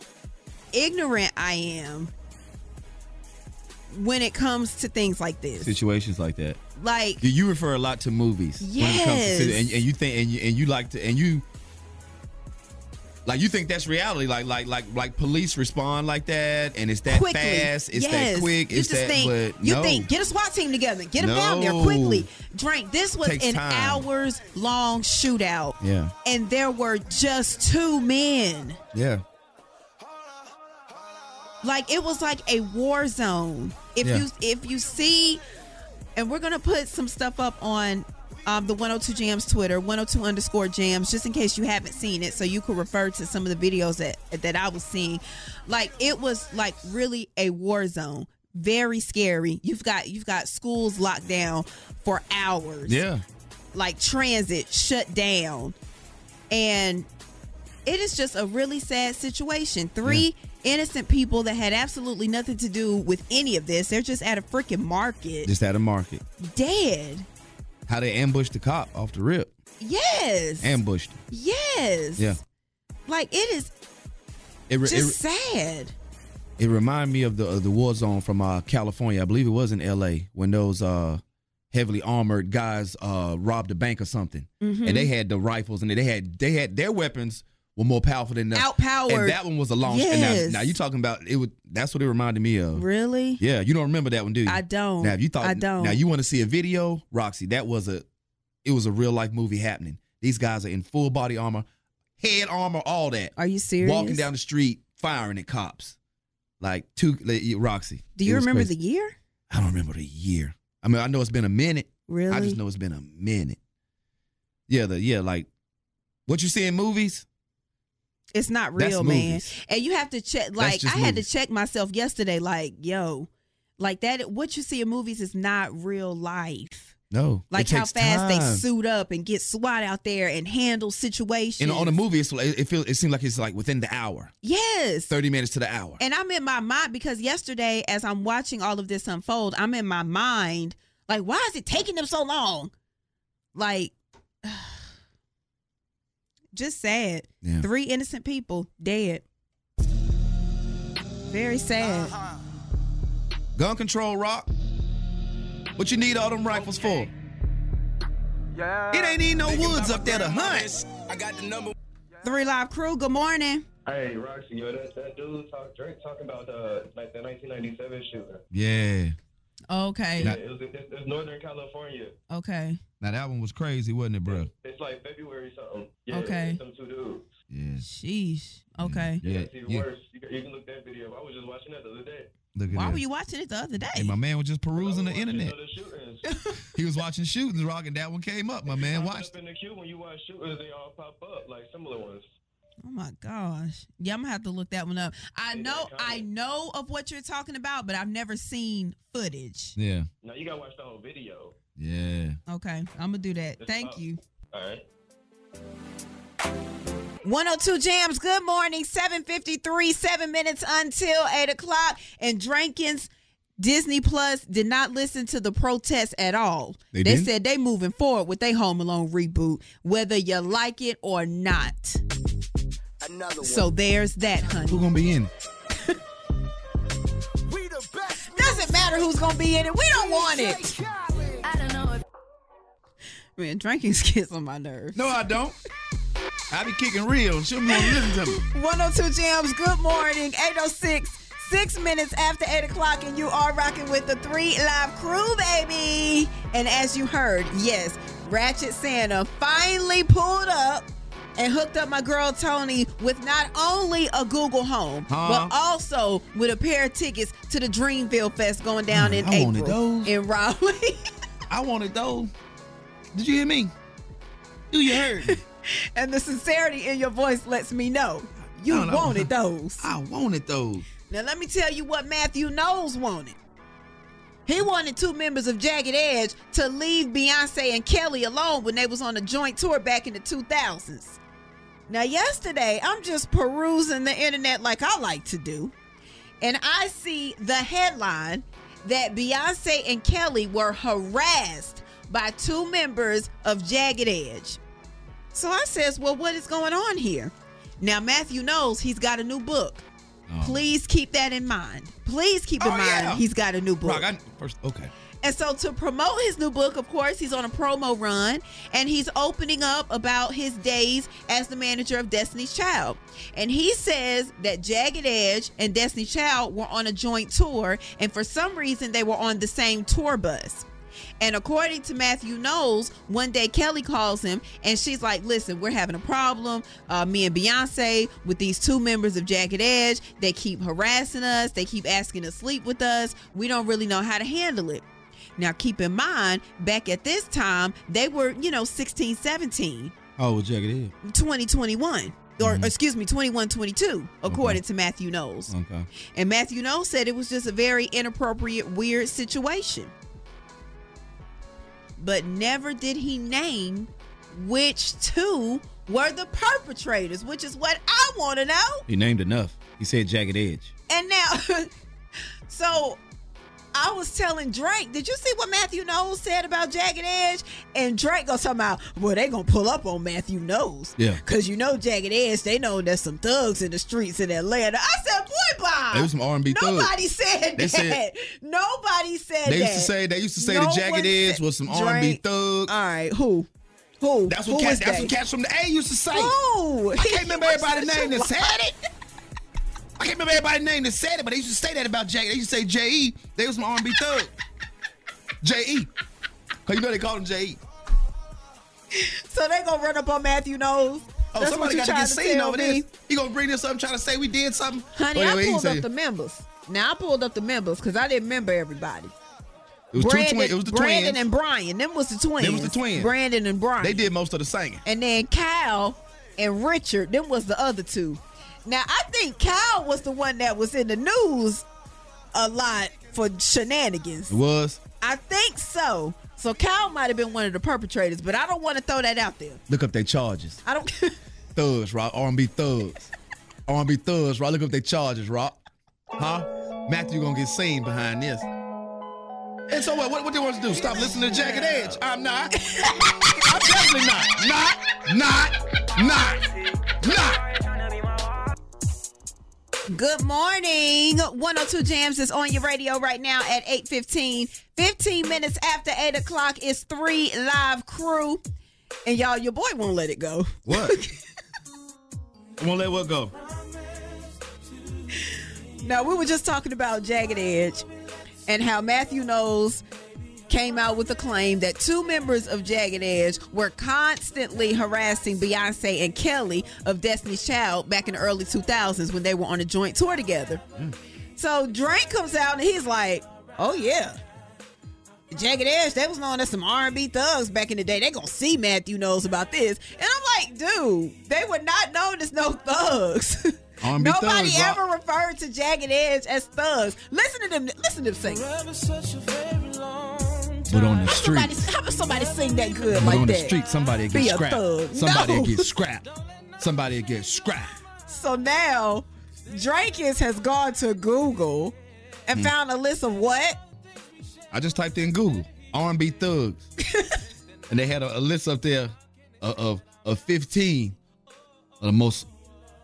Speaker 3: ignorant I am when it comes to things like this.
Speaker 4: Situations like that.
Speaker 3: Like,
Speaker 4: You- You refer a lot to movies when it comes to
Speaker 3: Yes.
Speaker 4: city- and, and you think and you, and you like to and you like you think that's reality. Like like like like police respond like that, and it's that
Speaker 3: quickly.
Speaker 4: fast, it's
Speaker 3: yes.
Speaker 4: that quick,
Speaker 3: You
Speaker 4: it's
Speaker 3: just
Speaker 4: that.
Speaker 3: think
Speaker 4: but
Speaker 3: you
Speaker 4: no.
Speaker 3: think get a SWAT team together, get them down there
Speaker 4: No.
Speaker 3: quickly. Drink. This was
Speaker 4: Takes
Speaker 3: an
Speaker 4: time.
Speaker 3: hours long shootout,
Speaker 4: yeah,
Speaker 3: and there were just two men.
Speaker 4: yeah.
Speaker 3: Like it was like a war zone. If
Speaker 4: Yeah.
Speaker 3: you if you see, and we're gonna put some stuff up on um, the 102 Jams Twitter, 102 underscore Jams, just in case you haven't seen it, so you could refer to some of the videos that that I was seeing. Like it was like really a war zone. Very scary. You've got you've got schools locked down for hours
Speaker 4: Yeah.
Speaker 3: like transit shut down and it is just a really sad situation three innocent people that had absolutely nothing to do with any of this they're just at a freaking market
Speaker 4: Just out of market.
Speaker 3: dead
Speaker 4: How they ambushed the cop off the rip.
Speaker 3: yes
Speaker 4: Ambushed. him.
Speaker 3: yes
Speaker 4: Yeah.
Speaker 3: like it is
Speaker 4: It, re- it,
Speaker 3: just sad
Speaker 4: re- it reminded me of the of the war zone from uh, California. I believe it was in L.A. when those uh, heavily armored guys uh, robbed a bank or something, and
Speaker 3: Mm-hmm.
Speaker 4: they had the rifles and they had they had their weapons were more powerful than the
Speaker 3: Outpowered.
Speaker 4: And that one was a long. and now-
Speaker 3: Yes.
Speaker 4: now, you talking about it? Would, that's what it reminded me of.
Speaker 3: really
Speaker 4: Yeah, you don't remember that one, do you?
Speaker 3: I don't.
Speaker 4: Now, if you thought
Speaker 3: I don't.
Speaker 4: Now you want to see a video, Roxy? That was a, it was a real life movie happening. These guys are in full body armor, head armor, all that,
Speaker 3: are you serious
Speaker 4: walking down the street firing at cops, like two like, you- Roxy.
Speaker 3: do
Speaker 4: it
Speaker 3: you
Speaker 4: was
Speaker 3: remember
Speaker 4: crazy.
Speaker 3: the year
Speaker 4: I don't remember the year. I mean, I know it's been a minute.
Speaker 3: really
Speaker 4: I just know it's been a minute. Yeah, the yeah, like what you see in movies.
Speaker 3: it's not
Speaker 4: That's
Speaker 3: real man
Speaker 4: movies.
Speaker 3: and you have to check like i
Speaker 4: just
Speaker 3: had to
Speaker 4: movies.
Speaker 3: check myself yesterday like yo like that what you see in movies is not real life
Speaker 4: No, it
Speaker 3: like how
Speaker 4: takes
Speaker 3: fast they
Speaker 4: time.
Speaker 3: suit up and get SWAT out there and handle situations.
Speaker 4: And on a movie, it's like, it feels it seems like it's like within the hour,
Speaker 3: yes.
Speaker 4: thirty minutes to the hour.
Speaker 3: And I'm in my mind because yesterday, as I'm watching all of this unfold, I'm in my mind like, why is it taking them so long? Like, just sad.
Speaker 4: Yeah.
Speaker 3: Three innocent people dead. Very sad.
Speaker 4: Gun control, Rock. What you need all them rifles
Speaker 7: Yeah.
Speaker 4: for? It ain't need no woods up there to hunt.
Speaker 3: Three Live Crew, good morning.
Speaker 5: Hey, Roxy, yo, that, that dude talk, Drake talking about the like the 1997 shooting.
Speaker 4: Yeah.
Speaker 3: Okay.
Speaker 5: Yeah, it was in it's, it's Northern California.
Speaker 3: Okay.
Speaker 4: Now that one was crazy, wasn't it, bro?
Speaker 5: It's like February something. Yeah,
Speaker 3: Okay.
Speaker 5: Some two dudes.
Speaker 4: Yeah.
Speaker 3: Sheesh.
Speaker 4: Mm,
Speaker 3: Okay.
Speaker 5: Yeah, it's even worse. You can, you can look that video. up. I was just watching that the other day.
Speaker 4: Look at
Speaker 3: Why
Speaker 4: that.
Speaker 3: were you watching it the other day?
Speaker 4: Hey, my man was just perusing the internet.
Speaker 5: Other shootings.
Speaker 4: He was watching shootings, Rock, and that one came up. My man
Speaker 5: Popping
Speaker 4: watched.
Speaker 5: up in the queue when you watch shootings, they all pop up like similar ones.
Speaker 3: Oh my gosh. Yeah, I'm gonna have to look that one up. I
Speaker 5: Yeah,
Speaker 3: know
Speaker 5: kinda.
Speaker 3: I know of what you're talking about, but I've never seen footage.
Speaker 4: Yeah.
Speaker 5: Now you gotta watch the whole video.
Speaker 4: Yeah.
Speaker 3: Okay, I'm gonna do that. Thank
Speaker 5: up.
Speaker 3: you.
Speaker 5: All right.
Speaker 3: 102 Jams, good morning. 753, seven minutes until eight o'clock. And Drankins Disney Plus did not listen to the protests at all.
Speaker 4: They didn't?
Speaker 3: said they moving forward with their Home Alone reboot, whether you like it or not.
Speaker 7: Another
Speaker 3: So there's that, honey.
Speaker 4: Who gonna be in? it?
Speaker 7: We the best.
Speaker 3: Doesn't matter who's gonna be in it. We don't want it.
Speaker 7: it.
Speaker 3: Man, Drankins gets on my nerves.
Speaker 4: No, I don't. I be kicking real. She'll be wanna listen to me.
Speaker 3: 102 Jams, good morning. 806, six minutes after 8 o'clock, and you are rocking with the three live crew, baby. And as you heard, yes, Ratchet Santa finally pulled up and hooked up my girl Tony with not only a Google Home,
Speaker 4: Huh?
Speaker 3: but also with a pair of tickets to the Dreamville Fest going down in
Speaker 4: Mm, I
Speaker 3: April
Speaker 4: wanted those.
Speaker 3: in Raleigh.
Speaker 4: I wanted those. Did you hear me? Do you heard? me?
Speaker 3: and the sincerity in your voice lets me know you
Speaker 4: No, no.
Speaker 3: wanted those.
Speaker 4: I wanted those.
Speaker 3: Now let me tell you what Matthew Knowles wanted. He wanted two members of Jagged Edge to leave Beyonce and Kelly alone when they was on a joint tour back in the 2000s. Now yesterday, I'm just perusing the internet like I like to do, and I see the headline that Beyonce and Kelly were harassed by two members of Jagged Edge. So I says, "Well, what is going on here?" Now Matthew knows he's got a new book. Please keep that in mind. Please keep in
Speaker 4: Oh,
Speaker 3: mind
Speaker 4: yeah.
Speaker 3: he's got a new book.
Speaker 4: Rock, I first okay.
Speaker 3: And so to promote his new book, of course, he's on a promo run and he's opening up about his days as the manager of Destiny's Child. And he says that Jagged Edge and Destiny's Child were on a joint tour and for some reason they were on the same tour bus. And according to Matthew Knowles, one day Kelly calls him and she's like, Listen, we're having a problem. Uh, me and Beyonce with these two members of Jagged Edge, they keep harassing us, they keep asking to sleep with us. We don't really know how to handle it. Now, keep in mind, back at this time, they were, you know, 16, 17.
Speaker 4: Oh, well, Jack, it is.
Speaker 3: 2021 or excuse me 2122 according to matthew knowles
Speaker 4: Okay.
Speaker 3: and matthew knowles said it was just a very inappropriate weird situation but never did he name which two were the perpetrators which is what i want to know
Speaker 4: He named enough. He said Jagged Edge.
Speaker 3: and now so I was telling Drake, did you see what Matthew Knowles said about Jagged Edge? And Drake goes talking about, well, they gonna pull up on Matthew Knowles.
Speaker 4: Yeah.
Speaker 3: Cause you know Jagged Edge, they know there's some thugs in the streets in Atlanta. I said, boy, Bob.
Speaker 4: There was some R&B thugs.
Speaker 3: Nobody said
Speaker 4: They
Speaker 3: that.
Speaker 4: said-
Speaker 3: Nobody said
Speaker 4: They
Speaker 3: that.
Speaker 4: used to say they used to say
Speaker 3: No
Speaker 4: the Jagged
Speaker 3: one
Speaker 4: Edge
Speaker 3: said-
Speaker 4: was some
Speaker 3: Drake.
Speaker 4: R&B thug.
Speaker 3: All right, who? Who?
Speaker 4: That's
Speaker 3: who
Speaker 4: what cats,
Speaker 3: is
Speaker 4: that's
Speaker 3: that?
Speaker 4: what cats from the A used to say.
Speaker 3: Who?
Speaker 4: I can't remember everybody's name that said it. I can't remember everybody's name that said it, but they used to say that about Jagged. They used to say J.E. They was some R&B thug. J.E. Cause you know they called him E. Oh, J.E.
Speaker 3: So they gonna run up on Matthew Knowles.
Speaker 4: Oh,
Speaker 3: That's what
Speaker 4: somebody
Speaker 3: you
Speaker 4: got to
Speaker 3: trying
Speaker 4: get
Speaker 3: to
Speaker 4: seen
Speaker 3: tell
Speaker 4: over
Speaker 3: me?
Speaker 4: this. You gonna bring this up, trying to say we did something?
Speaker 3: Honey,
Speaker 4: Oh, yeah, well,
Speaker 3: I
Speaker 4: he
Speaker 3: pulled
Speaker 4: say-
Speaker 3: up the members. Now I pulled up the members because I didn't remember everybody.
Speaker 4: It was two
Speaker 3: Brandon,
Speaker 4: twins. It was the
Speaker 3: Brandon
Speaker 4: twins.
Speaker 3: and Brian. Them was the twins.
Speaker 4: Them was the twins.
Speaker 3: Brandon and Brian.
Speaker 4: They did most of the singing.
Speaker 3: And then Kyle and Richard. Them was the other two. Now I think Kyle was the one that was in the news a lot for shenanigans.
Speaker 4: It was.
Speaker 3: I think so. So Kyle might have been one of the perpetrators, but I don't want to throw that out there.
Speaker 4: Look up their charges.
Speaker 3: I don't.
Speaker 4: Thugs, Rock. R&B thugs. R&B thugs, Rock. Look up their charges, Rock. Huh? Matthew gonna get seen behind this. And so what? What, what they want to do? Stop listening to Jagged Edge? I'm not. I'm definitely not. Not. Not. Not. Not.
Speaker 3: Good morning. 102 Jams is on your radio right now at 8.15. 15 minutes after 8 o'clock is 3 Live Crew. And y'all, your boy won't let it go.
Speaker 4: What? I'm gonna let what go.
Speaker 3: No, we were just talking about Jagged Edge and how Matthew Knowles came out with a claim that two members of Jagged Edge were constantly harassing Beyonce and Kelly of Destiny's Child back in the early 2000s when they were on a joint tour together. So Drake comes out and he's like, "Oh yeah." Jagged Edge, they was known as some R&B thugs back in the day. They gonna see Matthew knows about this, and I'm like, dude, they were not known as no thugs.
Speaker 4: R&B
Speaker 3: Nobody
Speaker 4: thugs,
Speaker 3: ever
Speaker 4: Rock.
Speaker 3: referred to Jagged Edge as thugs. Listen to them. Listen to them sing. How
Speaker 4: But on the
Speaker 3: somebody,
Speaker 4: streets.
Speaker 3: how about somebody sing that good
Speaker 4: But
Speaker 3: like
Speaker 4: on the
Speaker 3: that?
Speaker 4: street, somebody
Speaker 3: Be a
Speaker 4: get scrapped.
Speaker 3: thug.
Speaker 4: Somebody
Speaker 3: No.
Speaker 4: get scrapped. Somebody get scrapped.
Speaker 3: So now, Drake is- has gone to Google
Speaker 4: Hmm.
Speaker 3: and found a list of what
Speaker 4: I just typed in Google R&B thugs, and they had a, a list up there of, of of 15 of the most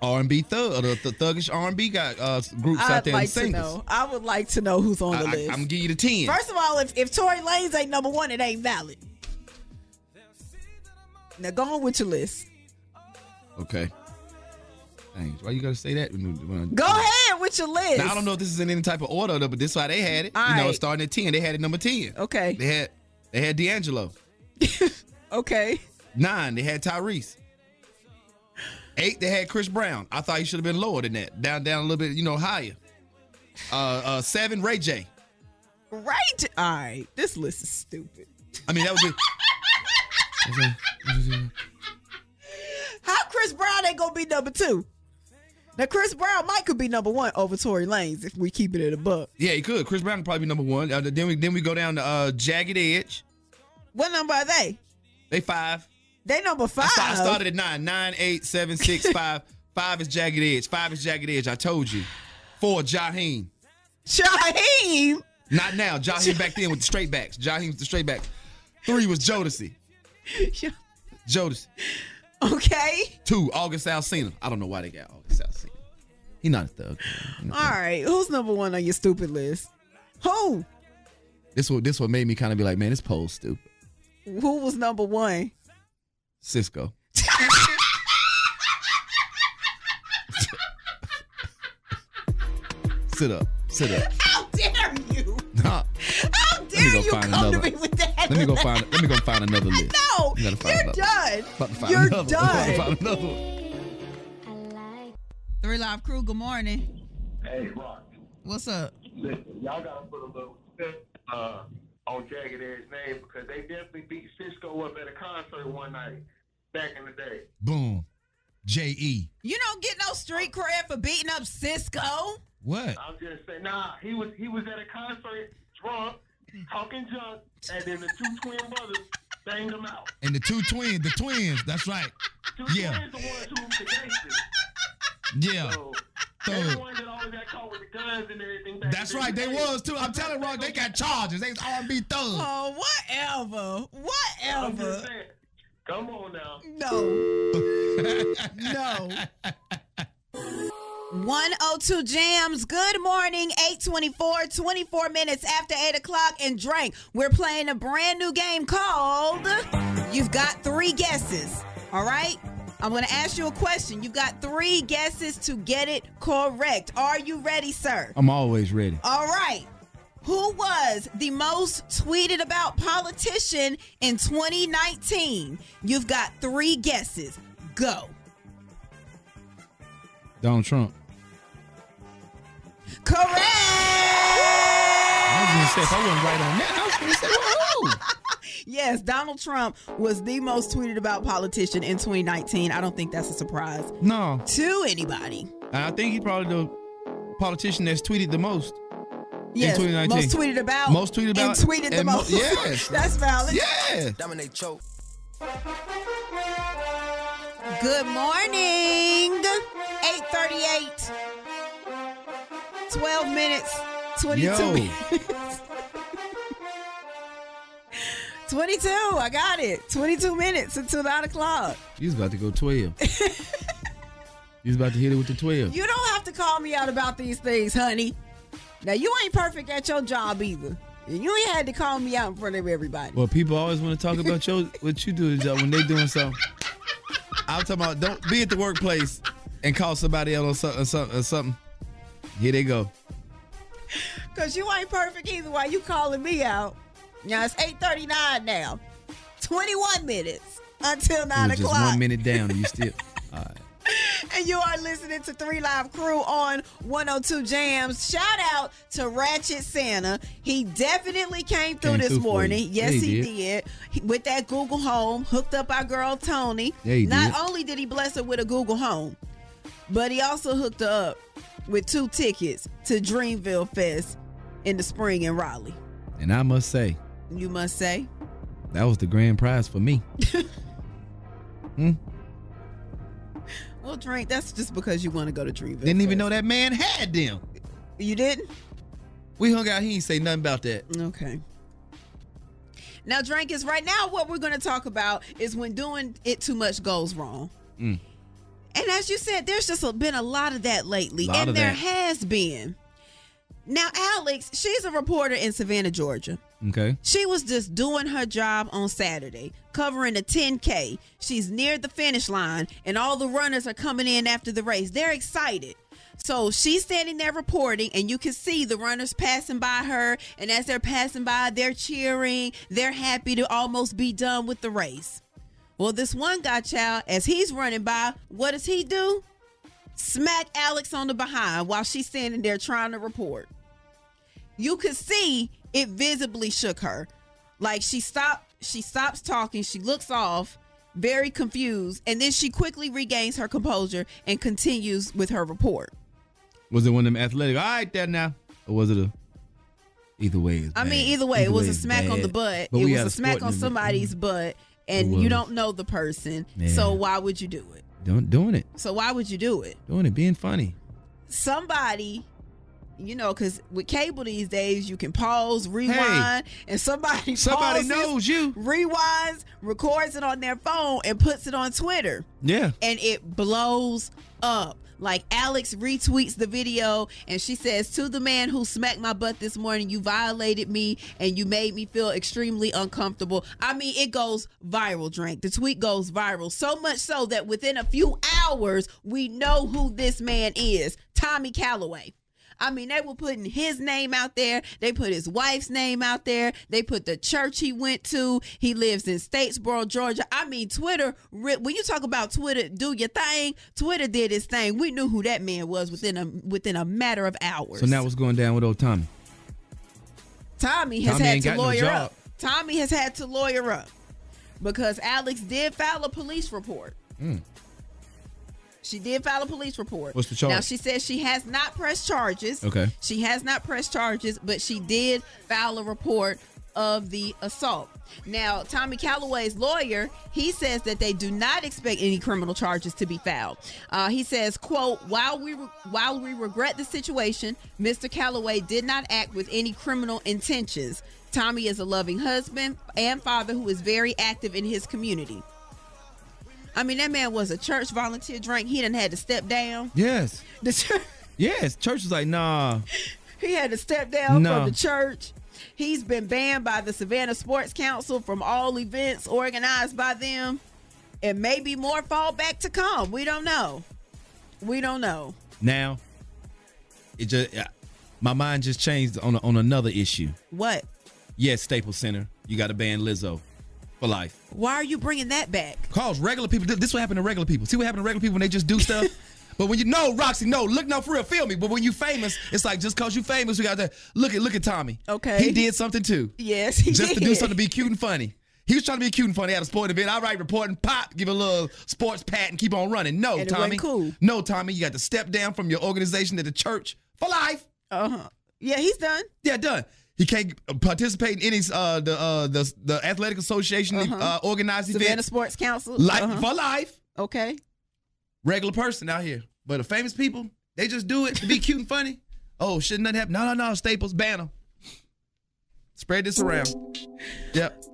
Speaker 4: R&B thug, of the, th- thuggish R&B guy, uh, groups out
Speaker 3: I'd
Speaker 4: there
Speaker 3: like
Speaker 4: and
Speaker 3: to
Speaker 4: singers.
Speaker 3: know. I would like to know who's on
Speaker 4: I,
Speaker 3: the
Speaker 4: I,
Speaker 3: list.
Speaker 4: I'm giving you the 10.
Speaker 3: First of all, if, if Tory Lanez ain't number one, it ain't valid. Now go on with your list.
Speaker 4: okay. Thanks. Why you gotta say that? when- when-
Speaker 3: Go ahead with your list.
Speaker 4: Now, I don't know if this is in any type of order, though, but this is how they had it.
Speaker 3: All
Speaker 4: you know,
Speaker 3: right.
Speaker 4: starting at 10, they had it number 10.
Speaker 3: Okay.
Speaker 4: They had they had D'Angelo.
Speaker 3: Okay.
Speaker 4: Nine, they had Tyrese. Eight, they had Chris Brown. I thought he should have been lower than that. Down, down a little bit, you know, higher. Uh, uh, seven, Ray J.
Speaker 3: Right. All right. This list is stupid.
Speaker 4: I mean, that was it.
Speaker 3: How Chris Brown ain't gonna be number two? Now Chris Brown might could be number one over Tory Lanez if we keep it at a buck.
Speaker 4: Yeah, he could. Chris Brown could probably be number one. Uh, then we then we go down to uh, Jagged Edge.
Speaker 3: What number are they?
Speaker 4: They five.
Speaker 3: They number
Speaker 4: I,
Speaker 3: five.
Speaker 4: sta- I started at nine. Nine, eight, seven, six, five. Five is Jagged Edge. Five is Jagged Edge. I told you. Four, Jaheim.
Speaker 3: Shaheem.
Speaker 4: Not now. Jaheim back then with the straight backs. Jaheim with the straight backs. Three was Jodeci. Jodeci.
Speaker 3: Okay.
Speaker 4: Two, August Alsina. I don't know why they got August Alsina. He not a thug.
Speaker 3: All right. Who's number one on your stupid list? Who?
Speaker 4: This what this what made me kind of be like, man, this poll's stupid.
Speaker 3: Who was number one?
Speaker 4: Cisco. sit up. Sit up.
Speaker 3: How dare you?
Speaker 4: Nah.
Speaker 3: How dare
Speaker 6: me
Speaker 3: dare
Speaker 6: go
Speaker 3: you
Speaker 6: find
Speaker 3: come to
Speaker 6: another.
Speaker 3: me with that?
Speaker 6: Let me go find. Let me go find another list.
Speaker 3: No,
Speaker 6: You
Speaker 3: you're
Speaker 6: gotta find another.
Speaker 3: done.
Speaker 6: About to find
Speaker 3: You're
Speaker 6: another one. About to
Speaker 3: done.
Speaker 6: find another one.
Speaker 3: Three Live Crew, good morning.
Speaker 5: Hey, Rock.
Speaker 3: What's up?
Speaker 5: Listen, y'all gotta put a little uh, on Jagged Edge name because they definitely beat Cisco up at a concert one night back in the day.
Speaker 4: Boom. J E.
Speaker 3: You don't get no street cred for beating up Cisco.
Speaker 4: What?
Speaker 5: I'm just saying, nah, he was he was at a concert drunk, talking junk, and then the two twin brothers banged him out.
Speaker 4: And the two twins, the twins. That's right.
Speaker 5: Two
Speaker 4: Yeah.
Speaker 5: twins the ones who was the gangsters.
Speaker 4: Yeah.
Speaker 5: So,
Speaker 4: So-
Speaker 5: they're the ones that always got caught with the guns and everything. Back
Speaker 4: That's
Speaker 5: in the
Speaker 4: right. They
Speaker 5: day.
Speaker 4: was too. I'm telling Rock, they got charges. They was R&B thugs.
Speaker 3: Oh, whatever.
Speaker 5: I'm
Speaker 3: Whatever.
Speaker 5: just saying. Come on now.
Speaker 3: No. no. 102 Jams, good morning, 824, 24 minutes after 8 o'clock, and Drake, we're playing a brand new game called You've Got Three Guesses. All right? I'm going to ask you a question. You've got three guesses to get it correct. Are you ready, sir?
Speaker 6: I'm always ready.
Speaker 3: All right. Who was the most tweeted about politician in 2019? You've got three guesses. Go.
Speaker 6: Donald Trump.
Speaker 3: Correct.
Speaker 6: I was gonna say if I wasn't right on that, I was gonna say woohoo.
Speaker 3: Yes, Donald Trump was the most tweeted about politician in 2019. I don't think that's a surprise
Speaker 6: No,
Speaker 3: to anybody.
Speaker 6: and I think he's probably the politician that's tweeted the most.
Speaker 3: Yes,
Speaker 6: 2019.
Speaker 3: most tweeted about.
Speaker 6: Most tweeted about
Speaker 3: And tweeted the
Speaker 6: and mo-
Speaker 3: most.
Speaker 6: yes.
Speaker 3: that's valid.
Speaker 6: Yeah.
Speaker 8: Dominate choke.
Speaker 3: Good morning. 838. 12 minutes. 22
Speaker 6: Yo.
Speaker 3: minutes. 22. I got it. 22 minutes until 9 o'clock.
Speaker 6: He's about to go 12. He's about to hit it with the 12.
Speaker 3: You don't have to call me out about these things, honey. Now, you ain't perfect at your job either. And you ain't had to call me out in front of everybody.
Speaker 6: Well, people always want to talk about your what you do to job when they doing something. I'm talking about don't be at the workplace and call somebody else or something. Or something, or something. Here they go.
Speaker 3: Because you ain't perfect either Why you calling me out. Now, it's 839 now. 21 minutes until 9
Speaker 6: We're just
Speaker 3: o'clock.
Speaker 6: one minute down and you still. uh,
Speaker 3: And you are listening to Three Live Crew on 102 Jams. Shout out to Ratchet Santa. He definitely came through
Speaker 6: Came
Speaker 3: this
Speaker 6: through for
Speaker 3: morning.
Speaker 6: you.
Speaker 3: Yes,
Speaker 6: Yeah,
Speaker 3: he
Speaker 6: he
Speaker 3: did. He- With that Google Home, hooked up our girl Tony.
Speaker 6: Yeah, he
Speaker 3: Not
Speaker 6: did.
Speaker 3: only did he bless her with a Google Home, but he also hooked her up with two tickets to Dreamville Fest in the spring in Raleigh.
Speaker 6: And I must say,
Speaker 3: You must say.
Speaker 6: that was the grand prize for me.
Speaker 3: Well, drink. That's just because you want to go to Dreamville.
Speaker 6: Didn't even know
Speaker 3: Fest.
Speaker 6: that man had them.
Speaker 3: you didn't.
Speaker 6: We hung out. He ain't say nothing about that.
Speaker 3: Okay. Now, drink is right now. What we're going to talk about is when doing it too much goes wrong.
Speaker 6: Mm.
Speaker 3: And as you said, there's just a- been a lot of that lately,
Speaker 6: Lot
Speaker 3: and
Speaker 6: of
Speaker 3: there
Speaker 6: that.
Speaker 3: has been. Now, Alex, she's a reporter in Savannah, Georgia.
Speaker 6: Okay.
Speaker 3: She was just doing her job on Saturday, covering a 10K. She's near the finish line, and all the runners are coming in after the race. They're excited. So she's standing there reporting, and you can see the runners passing by her. And as they're passing by, they're cheering. They're happy to almost be done with the race. Well, this one guy, child, as he's running by, what does he do? Smack Alex on the behind while she's standing there trying to report you could see it visibly shook her. Like she stopped, she stops talking, she looks off, very confused, and then she quickly regains her composure and continues with her report.
Speaker 6: Was it one of them athletic? All right, there now. Or was it a? Either way, it's
Speaker 3: I
Speaker 6: bad.
Speaker 3: mean, either way, it was a
Speaker 6: it's
Speaker 3: smack on the
Speaker 6: bad.
Speaker 3: butt.
Speaker 6: But
Speaker 3: it
Speaker 6: we
Speaker 3: was
Speaker 6: had
Speaker 3: a smack
Speaker 6: sporting event.
Speaker 3: on
Speaker 6: Mm-hmm.
Speaker 3: somebody's butt, and
Speaker 6: It
Speaker 3: you
Speaker 6: was.
Speaker 3: don't know the person.
Speaker 6: Yeah.
Speaker 3: So why would you do it?
Speaker 6: Don't doing it.
Speaker 3: So why would you do it?
Speaker 6: Doing it. Being funny.
Speaker 3: Somebody, you know, because with cable these days, you can pause, rewind, and somebody
Speaker 6: Somebody
Speaker 3: pauses,
Speaker 6: knows you.
Speaker 3: rewinds, records it on their phone, and puts it on Twitter.
Speaker 6: Yeah.
Speaker 3: And it blows up. Like Alex retweets the video and she says, To the man who smacked my butt this morning, you violated me and you made me feel extremely uncomfortable. I mean, it goes viral, Drink. The tweet goes viral. So much so that within a few hours, we know who this man is Tommy Calloway. I mean, they were putting his name out there. They put his wife's name out there. They put the church he went to. He lives in Statesboro, Georgia. I mean, Twitter, re- when you talk about Twitter, do your thing. Twitter did his thing. We knew who that man was within a within a matter of hours.
Speaker 4: So now what's going down with old Tommy?
Speaker 3: Tommy has
Speaker 4: Tommy
Speaker 3: had
Speaker 4: ain't
Speaker 3: to
Speaker 4: got no
Speaker 3: lawyer
Speaker 4: job.
Speaker 3: up. Tommy has had to lawyer up because Alex did file a police report. She did file a police report.
Speaker 4: Hmm. What's the charge?
Speaker 3: Now she says she has not pressed charges.
Speaker 4: Okay.
Speaker 3: She has not pressed charges, but she did file a report of the assault. Now, Tommy Calloway's lawyer, he says that they do not expect any criminal charges to be filed. Uh, he says, "quote While we while we regret the situation, Mr. Calloway did not act with any criminal intentions. Tommy is a loving husband and father who is very active in his community. I mean, that man was a church volunteer drink. He done had to step down.
Speaker 4: Yes.
Speaker 3: The church,
Speaker 4: Yes. Church was like, nah.
Speaker 3: he had to step down
Speaker 4: No.
Speaker 3: from the church. He's been banned by the Savannah Sports Council from all events organized by them. And maybe more fallback to come. We don't know. We don't know.
Speaker 4: Now, it just uh, my mind just changed on on another issue.
Speaker 3: What?
Speaker 4: Yes, Staples Center. You got to ban Lizzo for life.
Speaker 3: Why are you bringing that back?
Speaker 4: Cause regular people. th- This what happened to regular people. See what happened to regular people when they just do stuff. but when you no, Roxy, no, look, no, for real, feel me. But when you famous, it's like just cause you famous, we got to look at look at Tommy.
Speaker 3: Okay.
Speaker 4: he did something too.
Speaker 3: Yes, he
Speaker 4: just
Speaker 3: did.
Speaker 4: to do something to be cute and funny. He was trying to be cute and funny at a sport event. All right, reporting, pop, give a little sports pat, and keep on running. No,
Speaker 3: And it
Speaker 4: Tommy.
Speaker 3: wasn't cool.
Speaker 4: No, Tommy, you got to step down from your organization to the church for life.
Speaker 3: Uh-huh. Yeah, he's done.
Speaker 4: Yeah, done. He can't participate in any uh, the uh, the the athletic association uh organized
Speaker 3: Uh-huh. Savannah
Speaker 4: events
Speaker 3: Sports Council.
Speaker 4: like
Speaker 3: Uh-huh.
Speaker 4: for life.
Speaker 3: Okay.
Speaker 4: Regular person out here, but the famous people they just do it to be cute and funny. Oh, shit, nothing happen. No, no, no. Staples ban 'em. Spread this around. Yep,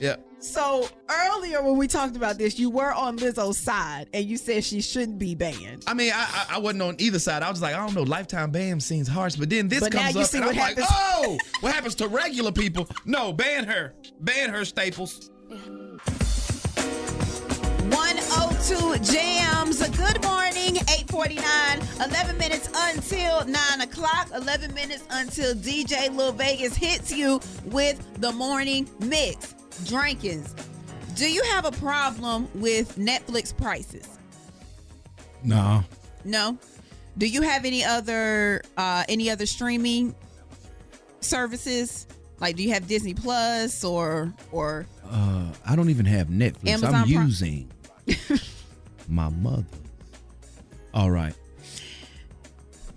Speaker 4: yep.
Speaker 3: So earlier when we talked about this, you were on Lizzo's side and you said she shouldn't be banned.
Speaker 4: I mean, I, I I wasn't on either side. I was like, I don't know. Lifetime ban seems harsh, but then this
Speaker 3: But now
Speaker 4: comes
Speaker 3: you
Speaker 4: up,
Speaker 3: see
Speaker 4: and
Speaker 3: what
Speaker 4: I'm like,
Speaker 3: happens-
Speaker 4: oh, what happens to regular people? No, ban her, ban her, Staples.
Speaker 3: 102 Jams. Good morning, 849. 11 minutes until 9 o'clock. 11 minutes until DJ Lil Vegas hits you with the morning mix. Drinkins, do you have a problem with Netflix prices?
Speaker 4: No,
Speaker 3: No. Do you have any other uh any other streaming services? Like do you have Disney Plus or or
Speaker 4: uh, I don't even have Netflix.
Speaker 3: Amazon
Speaker 4: I'm
Speaker 3: Prime?
Speaker 4: using my mother. All right,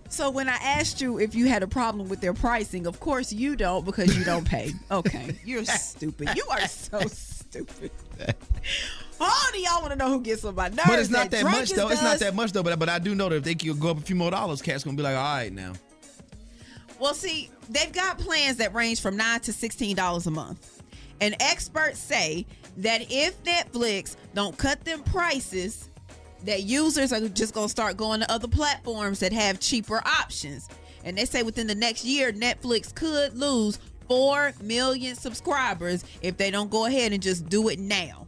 Speaker 3: So when I asked you if you had a problem with their pricing, of course you don't because you don't pay. Okay. You're stupid. You are so stupid. Oh, do y'all want to know who gets on my nerves?
Speaker 4: but it's not that much
Speaker 3: Drunkens
Speaker 4: though. It's not
Speaker 3: does?
Speaker 4: that much though. But but I do know that if they could go up a few more dollars, Cat's gonna be like, all right now.
Speaker 3: Well, see, they've got plans that range from nine to sixteen dollars a month, and experts say that if Netflix don't cut them prices, that users are just gonna start going to other platforms that have cheaper options. And they say within the next year, Netflix could lose four million subscribers if they don't go ahead and just do it now.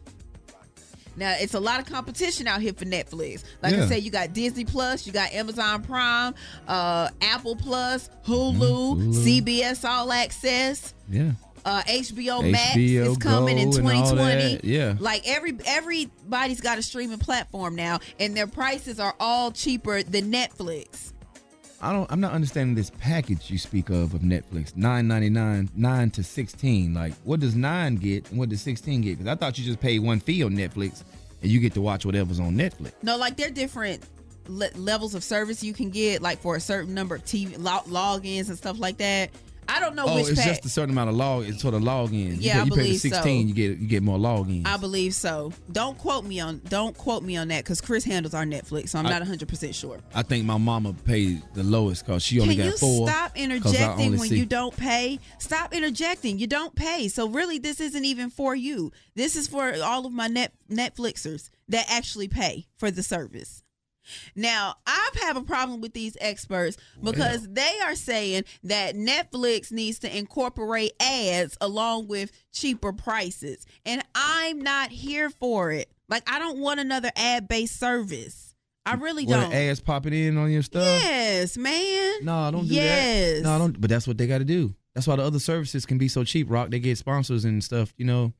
Speaker 3: Now it's a lot of competition out here for Netflix. Like I
Speaker 4: Yeah.
Speaker 3: say, you got Disney Plus, you got Amazon Prime, uh, Apple Plus, Hulu,
Speaker 4: Mm-hmm. Hulu.
Speaker 3: CBS All Access,
Speaker 4: Yeah.
Speaker 3: uh, HBO, Max is
Speaker 4: HBO
Speaker 3: coming in
Speaker 4: Go and all
Speaker 3: 2020.
Speaker 4: that, yeah.
Speaker 3: like every everybody's got a streaming platform now, and their prices are all cheaper than Netflix.
Speaker 4: I don't. I'm not understanding this package you speak of of Netflix. Nine ninety nine, nine to sixteen. Like, what does nine get and what does sixteen get? Because I thought you just paid one fee on Netflix and you get to watch whatever's on Netflix.
Speaker 3: No, like they're different le- levels of service you can get, like for a certain number of TV lo- logins and stuff like that. I don't know
Speaker 4: Oh,
Speaker 3: which
Speaker 4: it's
Speaker 3: pack.
Speaker 4: just a certain amount of log. It's sort of login.
Speaker 3: Yeah, I
Speaker 4: you pay, you pay the
Speaker 3: believe so.
Speaker 4: sixteen, you get you get more logins.
Speaker 3: I believe so. Don't quote me on don't quote me on that because Chris handles our Netflix, so I'm
Speaker 4: I-
Speaker 3: not 100 percent sure.
Speaker 4: I think my mama paid the lowest because she only
Speaker 3: Can you
Speaker 4: got four.
Speaker 3: stop
Speaker 4: 'cause I
Speaker 3: interjecting
Speaker 4: only
Speaker 3: when
Speaker 4: see-
Speaker 3: you don't pay? Stop interjecting. You don't pay. So really, this isn't even for you. This is for all of my net Netflixers that actually pay for the service. Now, I have a problem with these experts because they are saying that Netflix needs to incorporate ads along with cheaper prices. And I'm not here for it. Like, I don't want another ad based service. I really
Speaker 6: Where
Speaker 3: don't.
Speaker 6: the ass popping in on your stuff.
Speaker 3: Yes, man.
Speaker 6: No, don't do
Speaker 3: Yes.
Speaker 6: that. No, don't. But that's what they got to do. That's why the other services can be so cheap. Rock, they get sponsors and stuff. You know,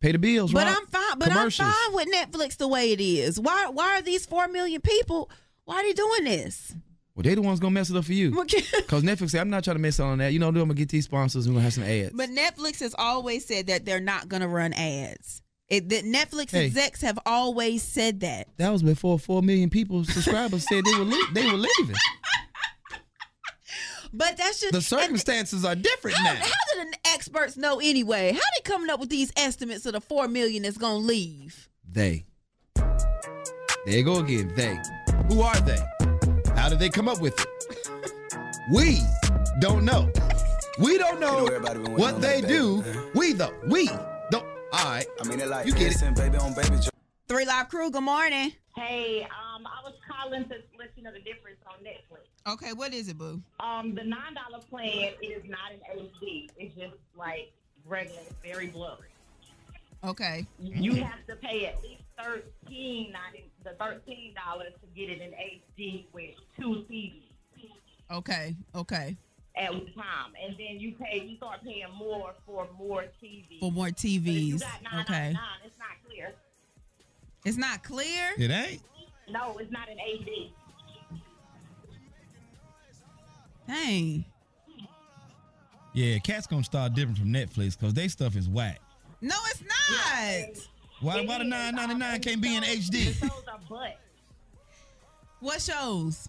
Speaker 6: pay the bills.
Speaker 3: But
Speaker 6: Rock.
Speaker 3: I'm fine. But I'm
Speaker 6: Commercials.
Speaker 3: fine with Netflix the way it is. Why? Why are these four million people? Why are they doing this?
Speaker 6: Well, they the ones gonna mess it up for you. Cause Netflix, say, I'm not trying to mess on that. You know, I'm gonna get these sponsors. and We're gonna have some ads.
Speaker 3: But Netflix has always said that they're not going to run ads. It, that Netflix
Speaker 6: Hey.
Speaker 3: execs have always said that.
Speaker 6: that was before four million people subscribers said they were le- they were leaving.
Speaker 3: But that's just
Speaker 6: The
Speaker 3: and
Speaker 6: circumstances are different
Speaker 3: How,
Speaker 6: now.
Speaker 3: how do the experts know anyway? How they coming up with these estimates of the four million that's going to leave?
Speaker 6: They. There you go again. They. Who are they? How did they come up with it? We don't know. We don't know
Speaker 8: everybody been waiting
Speaker 6: what
Speaker 8: on
Speaker 6: they
Speaker 8: that,
Speaker 6: do.
Speaker 8: baby.
Speaker 6: We though. We don't. All right.
Speaker 8: I mean, it like
Speaker 6: You get it.
Speaker 8: listen, baby on baby.
Speaker 3: Three Live Crew. Good morning.
Speaker 2: Hey, um, I was calling to let you know the difference on Netflix.
Speaker 3: Okay, what is it, Boo?
Speaker 2: Um, the nine dollar plan is not an HD. It's just like regular, it's very blurry.
Speaker 3: Okay,
Speaker 2: You have to pay at least thirteen, not in- the thirteen dollars to get it in HD with two CDs
Speaker 3: okay, okay.
Speaker 2: at one time, and then you pay. You start paying more for more TV.
Speaker 3: more
Speaker 2: But if you
Speaker 3: TVs.
Speaker 2: got nine okay. nine, it's not clear.
Speaker 3: it's not clear.
Speaker 4: It ain't.
Speaker 2: No, it's not an HD.
Speaker 3: Dang.
Speaker 4: Yeah, Cat's gonna start different from Netflix because they stuff is whack.
Speaker 3: No, it's not.
Speaker 4: Why,
Speaker 2: It
Speaker 4: why the
Speaker 2: is.
Speaker 4: 999
Speaker 2: Um,
Speaker 4: can't be in
Speaker 2: the shows-
Speaker 4: HD?
Speaker 2: The shows are butt.
Speaker 3: What shows?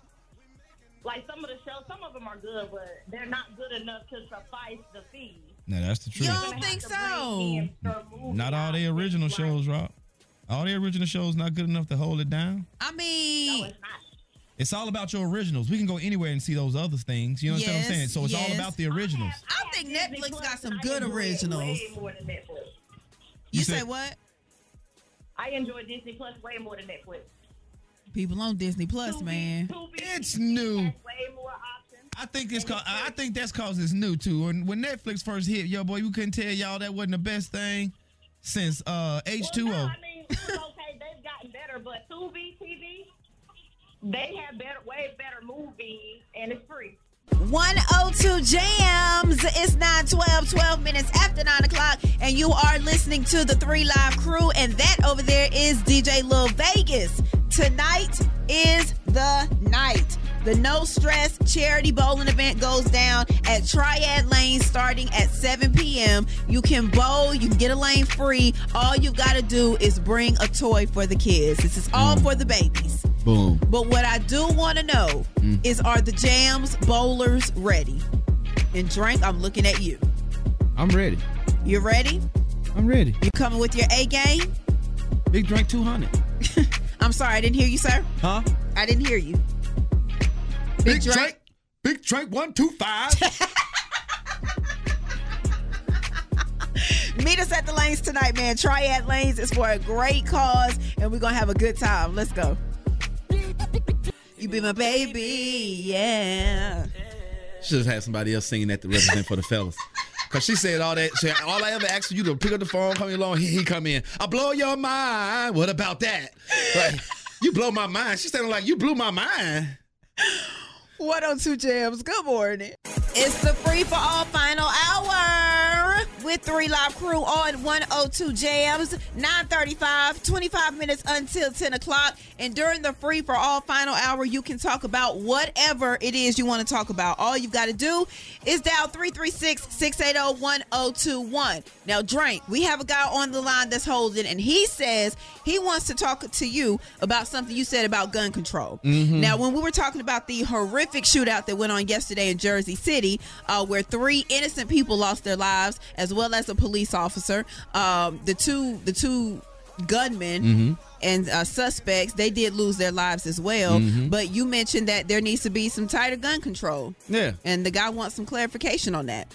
Speaker 2: Like some of the shows, some of them are good, but they're not good enough to suffice the fee.
Speaker 4: No, that's the truth.
Speaker 3: Yo. I don't think so.
Speaker 4: Not all the original shows, Rock. All the original shows not good enough to hold it down.
Speaker 3: I mean,
Speaker 2: No, it's not.
Speaker 4: It's all about your originals. We can go anywhere and see those other things. You know what
Speaker 3: Yes,
Speaker 4: I'm saying? So it's
Speaker 3: yes.
Speaker 4: all about the originals.
Speaker 3: I think
Speaker 2: Disney
Speaker 3: Netflix
Speaker 2: Plus,
Speaker 3: got some
Speaker 2: and I
Speaker 3: good
Speaker 2: enjoy it
Speaker 3: originals.
Speaker 2: Way more than Netflix.
Speaker 3: you,
Speaker 4: You
Speaker 3: say
Speaker 4: said-
Speaker 3: what?
Speaker 2: I enjoy Disney Plus way more than Netflix.
Speaker 3: People on Disney Plus,
Speaker 2: Tubi-
Speaker 3: man.
Speaker 2: Tubi
Speaker 4: It's new.
Speaker 2: has way more options.
Speaker 4: I think it's cause, I I think that's cause it's new too. And when Netflix first hit, yo boy, you couldn't tell y'all that wasn't the best thing since uh H2O.
Speaker 2: Well, no, I mean, it's okay, they've gotten better, but Tubi TV, they have better, way better movies, and it's free.
Speaker 3: 102 Jams. It's 912, 12 minutes after 9 o'clock, and you are listening to the Three Live Crew, and that over there is DJ Lil Vegas. Tonight is the night. The No Stress Charity Bowling event goes down at Triad Lane starting at 7 p.m. You can bowl, you can get a lane free. All you got to do is bring a toy for the kids. This is all for the babies.
Speaker 6: Boom.
Speaker 3: But what I do want to know is are the jams bowlers ready? And drink, I'm looking at you.
Speaker 6: I'm ready.
Speaker 3: You ready?
Speaker 6: I'm ready.
Speaker 3: You coming with your A game?
Speaker 6: Big drink 200.
Speaker 3: I'm sorry, I didn't hear you, sir.
Speaker 6: Huh?
Speaker 3: I didn't hear you. Big Drake.
Speaker 6: Big drink 125.
Speaker 3: Meet us at the lanes tonight, man. Triad Lanes is for a great cause, and we're gonna have a good time. Let's go. You be my baby, yeah.
Speaker 6: Should have had somebody else singing that to represent for the fellas. Cause she said all that. She, all I ever asked for you to pick up the phone, come along. He, he come in. I blow your mind. What about that? Like you blow my mind. She standing like you blew my mind.
Speaker 3: 102 Jams. Good morning. It's the free for all final hour with Three Live Crew on 102 Jams, 935, 25 minutes until 10 o'clock. And during the free for all final hour, you can talk about whatever it is you want to talk about. All you've got to do is dial 336 680 1021. Now, Drake, we have a guy on the line that's holding, and he says he wants to talk to you about something you said about gun control. Now, when we were talking about the horrific shootout that went on yesterday in Jersey City, uh, where three innocent people lost their lives, as well as a police officer, um, the two the two gunmen. And uh, suspects, they did lose their lives as well. But you mentioned that there needs to be some tighter gun control.
Speaker 6: Yeah.
Speaker 3: And the guy wants some clarification on that.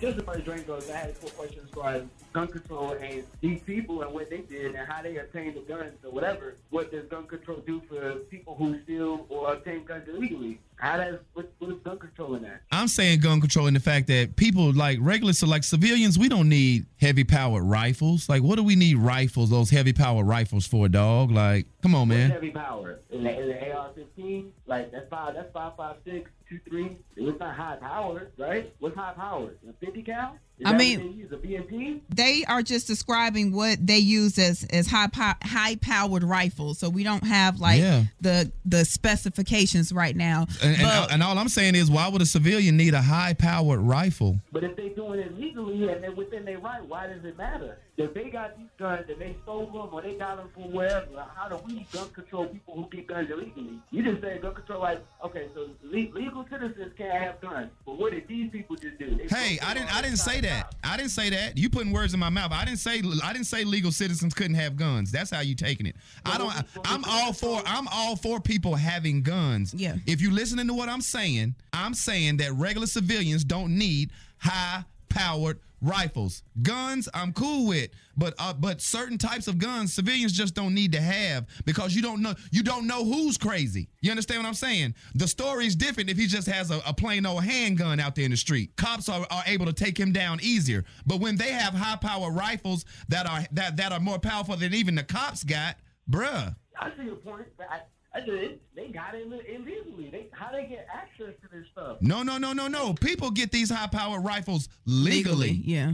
Speaker 9: just as far as drink goes, I had a quick question as far as gun control and these people and what they did and how they obtained the guns or whatever. What does gun control do for people who steal or obtain guns illegally? How does what, What is gun control in that?
Speaker 4: I'm saying gun control and the fact that people like regular, so like civilians, we don't need heavy powered rifles. Like, what do we need rifles? Those heavy powered rifles for, dog? Like, come on, man.
Speaker 9: Heavy power in the, in the AR-15, like that's five, that's five, five, six, two, three. It's not high power, right? What's high power? A 50 cal? Is
Speaker 3: I
Speaker 9: that
Speaker 3: mean-
Speaker 9: what they use a BMP.
Speaker 3: They are just describing what they use as as high po- high powered rifles. So we don't have like
Speaker 4: Yeah.
Speaker 3: the the specifications right now.
Speaker 4: And, uh, and,
Speaker 3: but
Speaker 4: and all I'm saying is, why would a civilian need a high powered rifle?
Speaker 9: But if they're doing it legally and they're within their right, why does it matter? If they got these guns and they stole them or they got them from wherever, how do we gun control people who get guns illegally? You just say gun control, like, okay, so le- legal citizens can't have guns. But what did these people just do? They
Speaker 4: Hey,
Speaker 9: broke the
Speaker 4: I didn't.
Speaker 9: law
Speaker 4: I didn't
Speaker 9: inside
Speaker 4: say
Speaker 9: and
Speaker 4: that.
Speaker 9: out.
Speaker 4: I didn't say that. You putting words in my mouth. I didn't say. I didn't say legal citizens couldn't have guns. That's how you taking it. I don't. I, I'm all for. I'm all for people having guns.
Speaker 3: Yeah.
Speaker 4: If you listening to what I'm saying, I'm saying that regular civilians don't need high powered rifles. Guns, I'm cool with, but uh, but certain types of guns civilians just don't need to have because you don't know you don't know who's crazy. You understand what I'm saying? The story is different if he just has a, a plain old handgun out there in the street. Cops are, are able to take him down easier. But when they have high power rifles that are that that are more powerful than even the cops got, bruh.
Speaker 9: I see your point, but I, I just, they got it ill- illegally. They, how they get access to this stuff?
Speaker 4: No, no, no, no, no. People get these high powered rifles legally.
Speaker 3: yeah,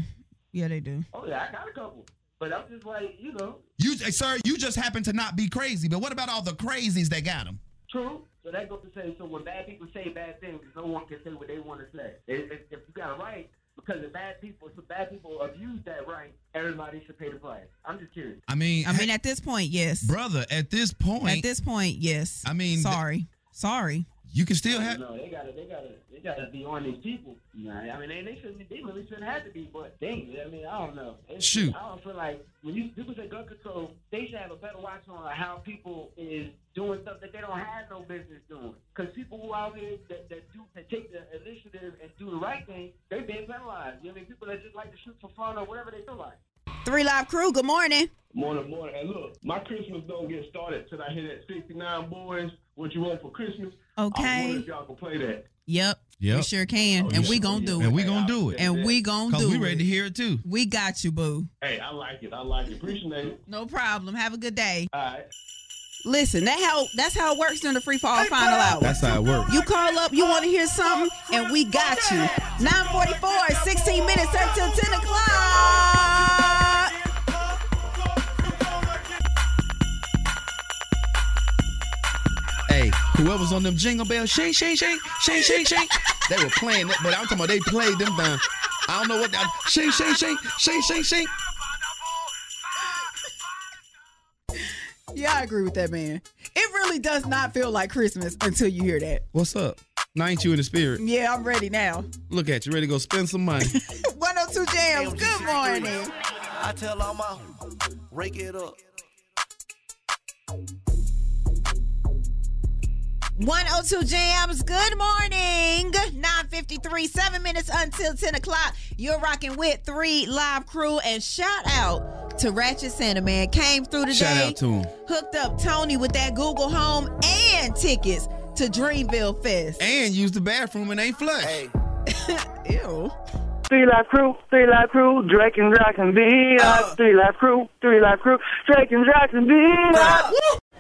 Speaker 3: yeah, they do.
Speaker 9: Oh, yeah, I got a couple. But I'm just like, you know,
Speaker 4: You, sir, you just happen to not be crazy. But what about all the crazies that got them?
Speaker 9: True. So that goes to say, so when bad people say bad things, no one can say what they want to say. If, if, if you got a right, because the bad people, so bad people abuse that right, everybody should pay the price. I'm just curious.
Speaker 4: I mean,
Speaker 3: I mean,
Speaker 4: hey,
Speaker 3: at this point, yes.
Speaker 4: brother, at this point,
Speaker 3: At this point, yes.
Speaker 4: I mean,
Speaker 3: sorry, sorry.
Speaker 4: you can still have.
Speaker 9: No, they gotta, they gotta, they gotta be on these people. Nah, I mean, they, they shouldn't, they really shouldn't have to be. But they, I mean, I don't know. It's-
Speaker 4: Shoot.
Speaker 9: I don't feel like when you people say gun control, they should have a better watch on how people is doing stuff that they don't have no business doing. Because people who out here that, that do that take the initiative and do the right thing, they being penalized. You know, what I mean, people that just like to shoot for fun or whatever they feel like.
Speaker 3: Three Live Crew. Good morning.
Speaker 10: Morning, morning. And look, my Christmas don't get started till I hear that 69 boys, what you want for Christmas. I wonder
Speaker 3: Okay.
Speaker 10: if y'all can play that.
Speaker 3: Yep. We
Speaker 4: Yep.
Speaker 3: sure
Speaker 10: Oh,
Speaker 3: can, and we gonna do it.
Speaker 4: And we gonna do it.
Speaker 3: And we gonna
Speaker 4: Cause
Speaker 3: do
Speaker 4: we
Speaker 3: it.
Speaker 4: ready to hear it too.
Speaker 3: We got you, boo.
Speaker 10: Hey, I like it. I like it. Appreciate it.
Speaker 3: No problem. Have a good day.
Speaker 10: All right.
Speaker 3: Listen, that how that's how it works during the free fall final hour.
Speaker 6: That's how it works.
Speaker 3: You call up, you want to hear something, and we got you. 944, 16 minutes until 10 o'clock.
Speaker 6: Hey, whoever's on them jingle bells, shake, shake, shake, shake, shake, shake. They were playing it, but I'm talking about they played them down. I don't know what that shake, shake, shake, shake, shake, shake.
Speaker 3: Yeah, I agree with that man. It really does not feel like Christmas until you hear that.
Speaker 6: What's up? Now ain't you in the spirit.
Speaker 3: Yeah, I'm ready now.
Speaker 6: Look at you, ready to go spend some money.
Speaker 3: 102 Jams, good morning.
Speaker 8: I tell all my homies, rake it up.
Speaker 3: 102 Jams, good morning. 953, seven minutes until 10 o'clock. You're rocking with three live crew. And shout out to Ratchet Santa, man. Came through today.
Speaker 6: Shout out to him.
Speaker 3: Hooked up Tony with that Google Home and tickets to Dreamville Fest.
Speaker 6: And use the bathroom and ain't flush.
Speaker 3: Ew.
Speaker 11: Three Live Crew, Three Live Crew, Drake and Jackson Beat Up. Three Live Crew, Three Live Crew, Drake and Jackson Beat Up.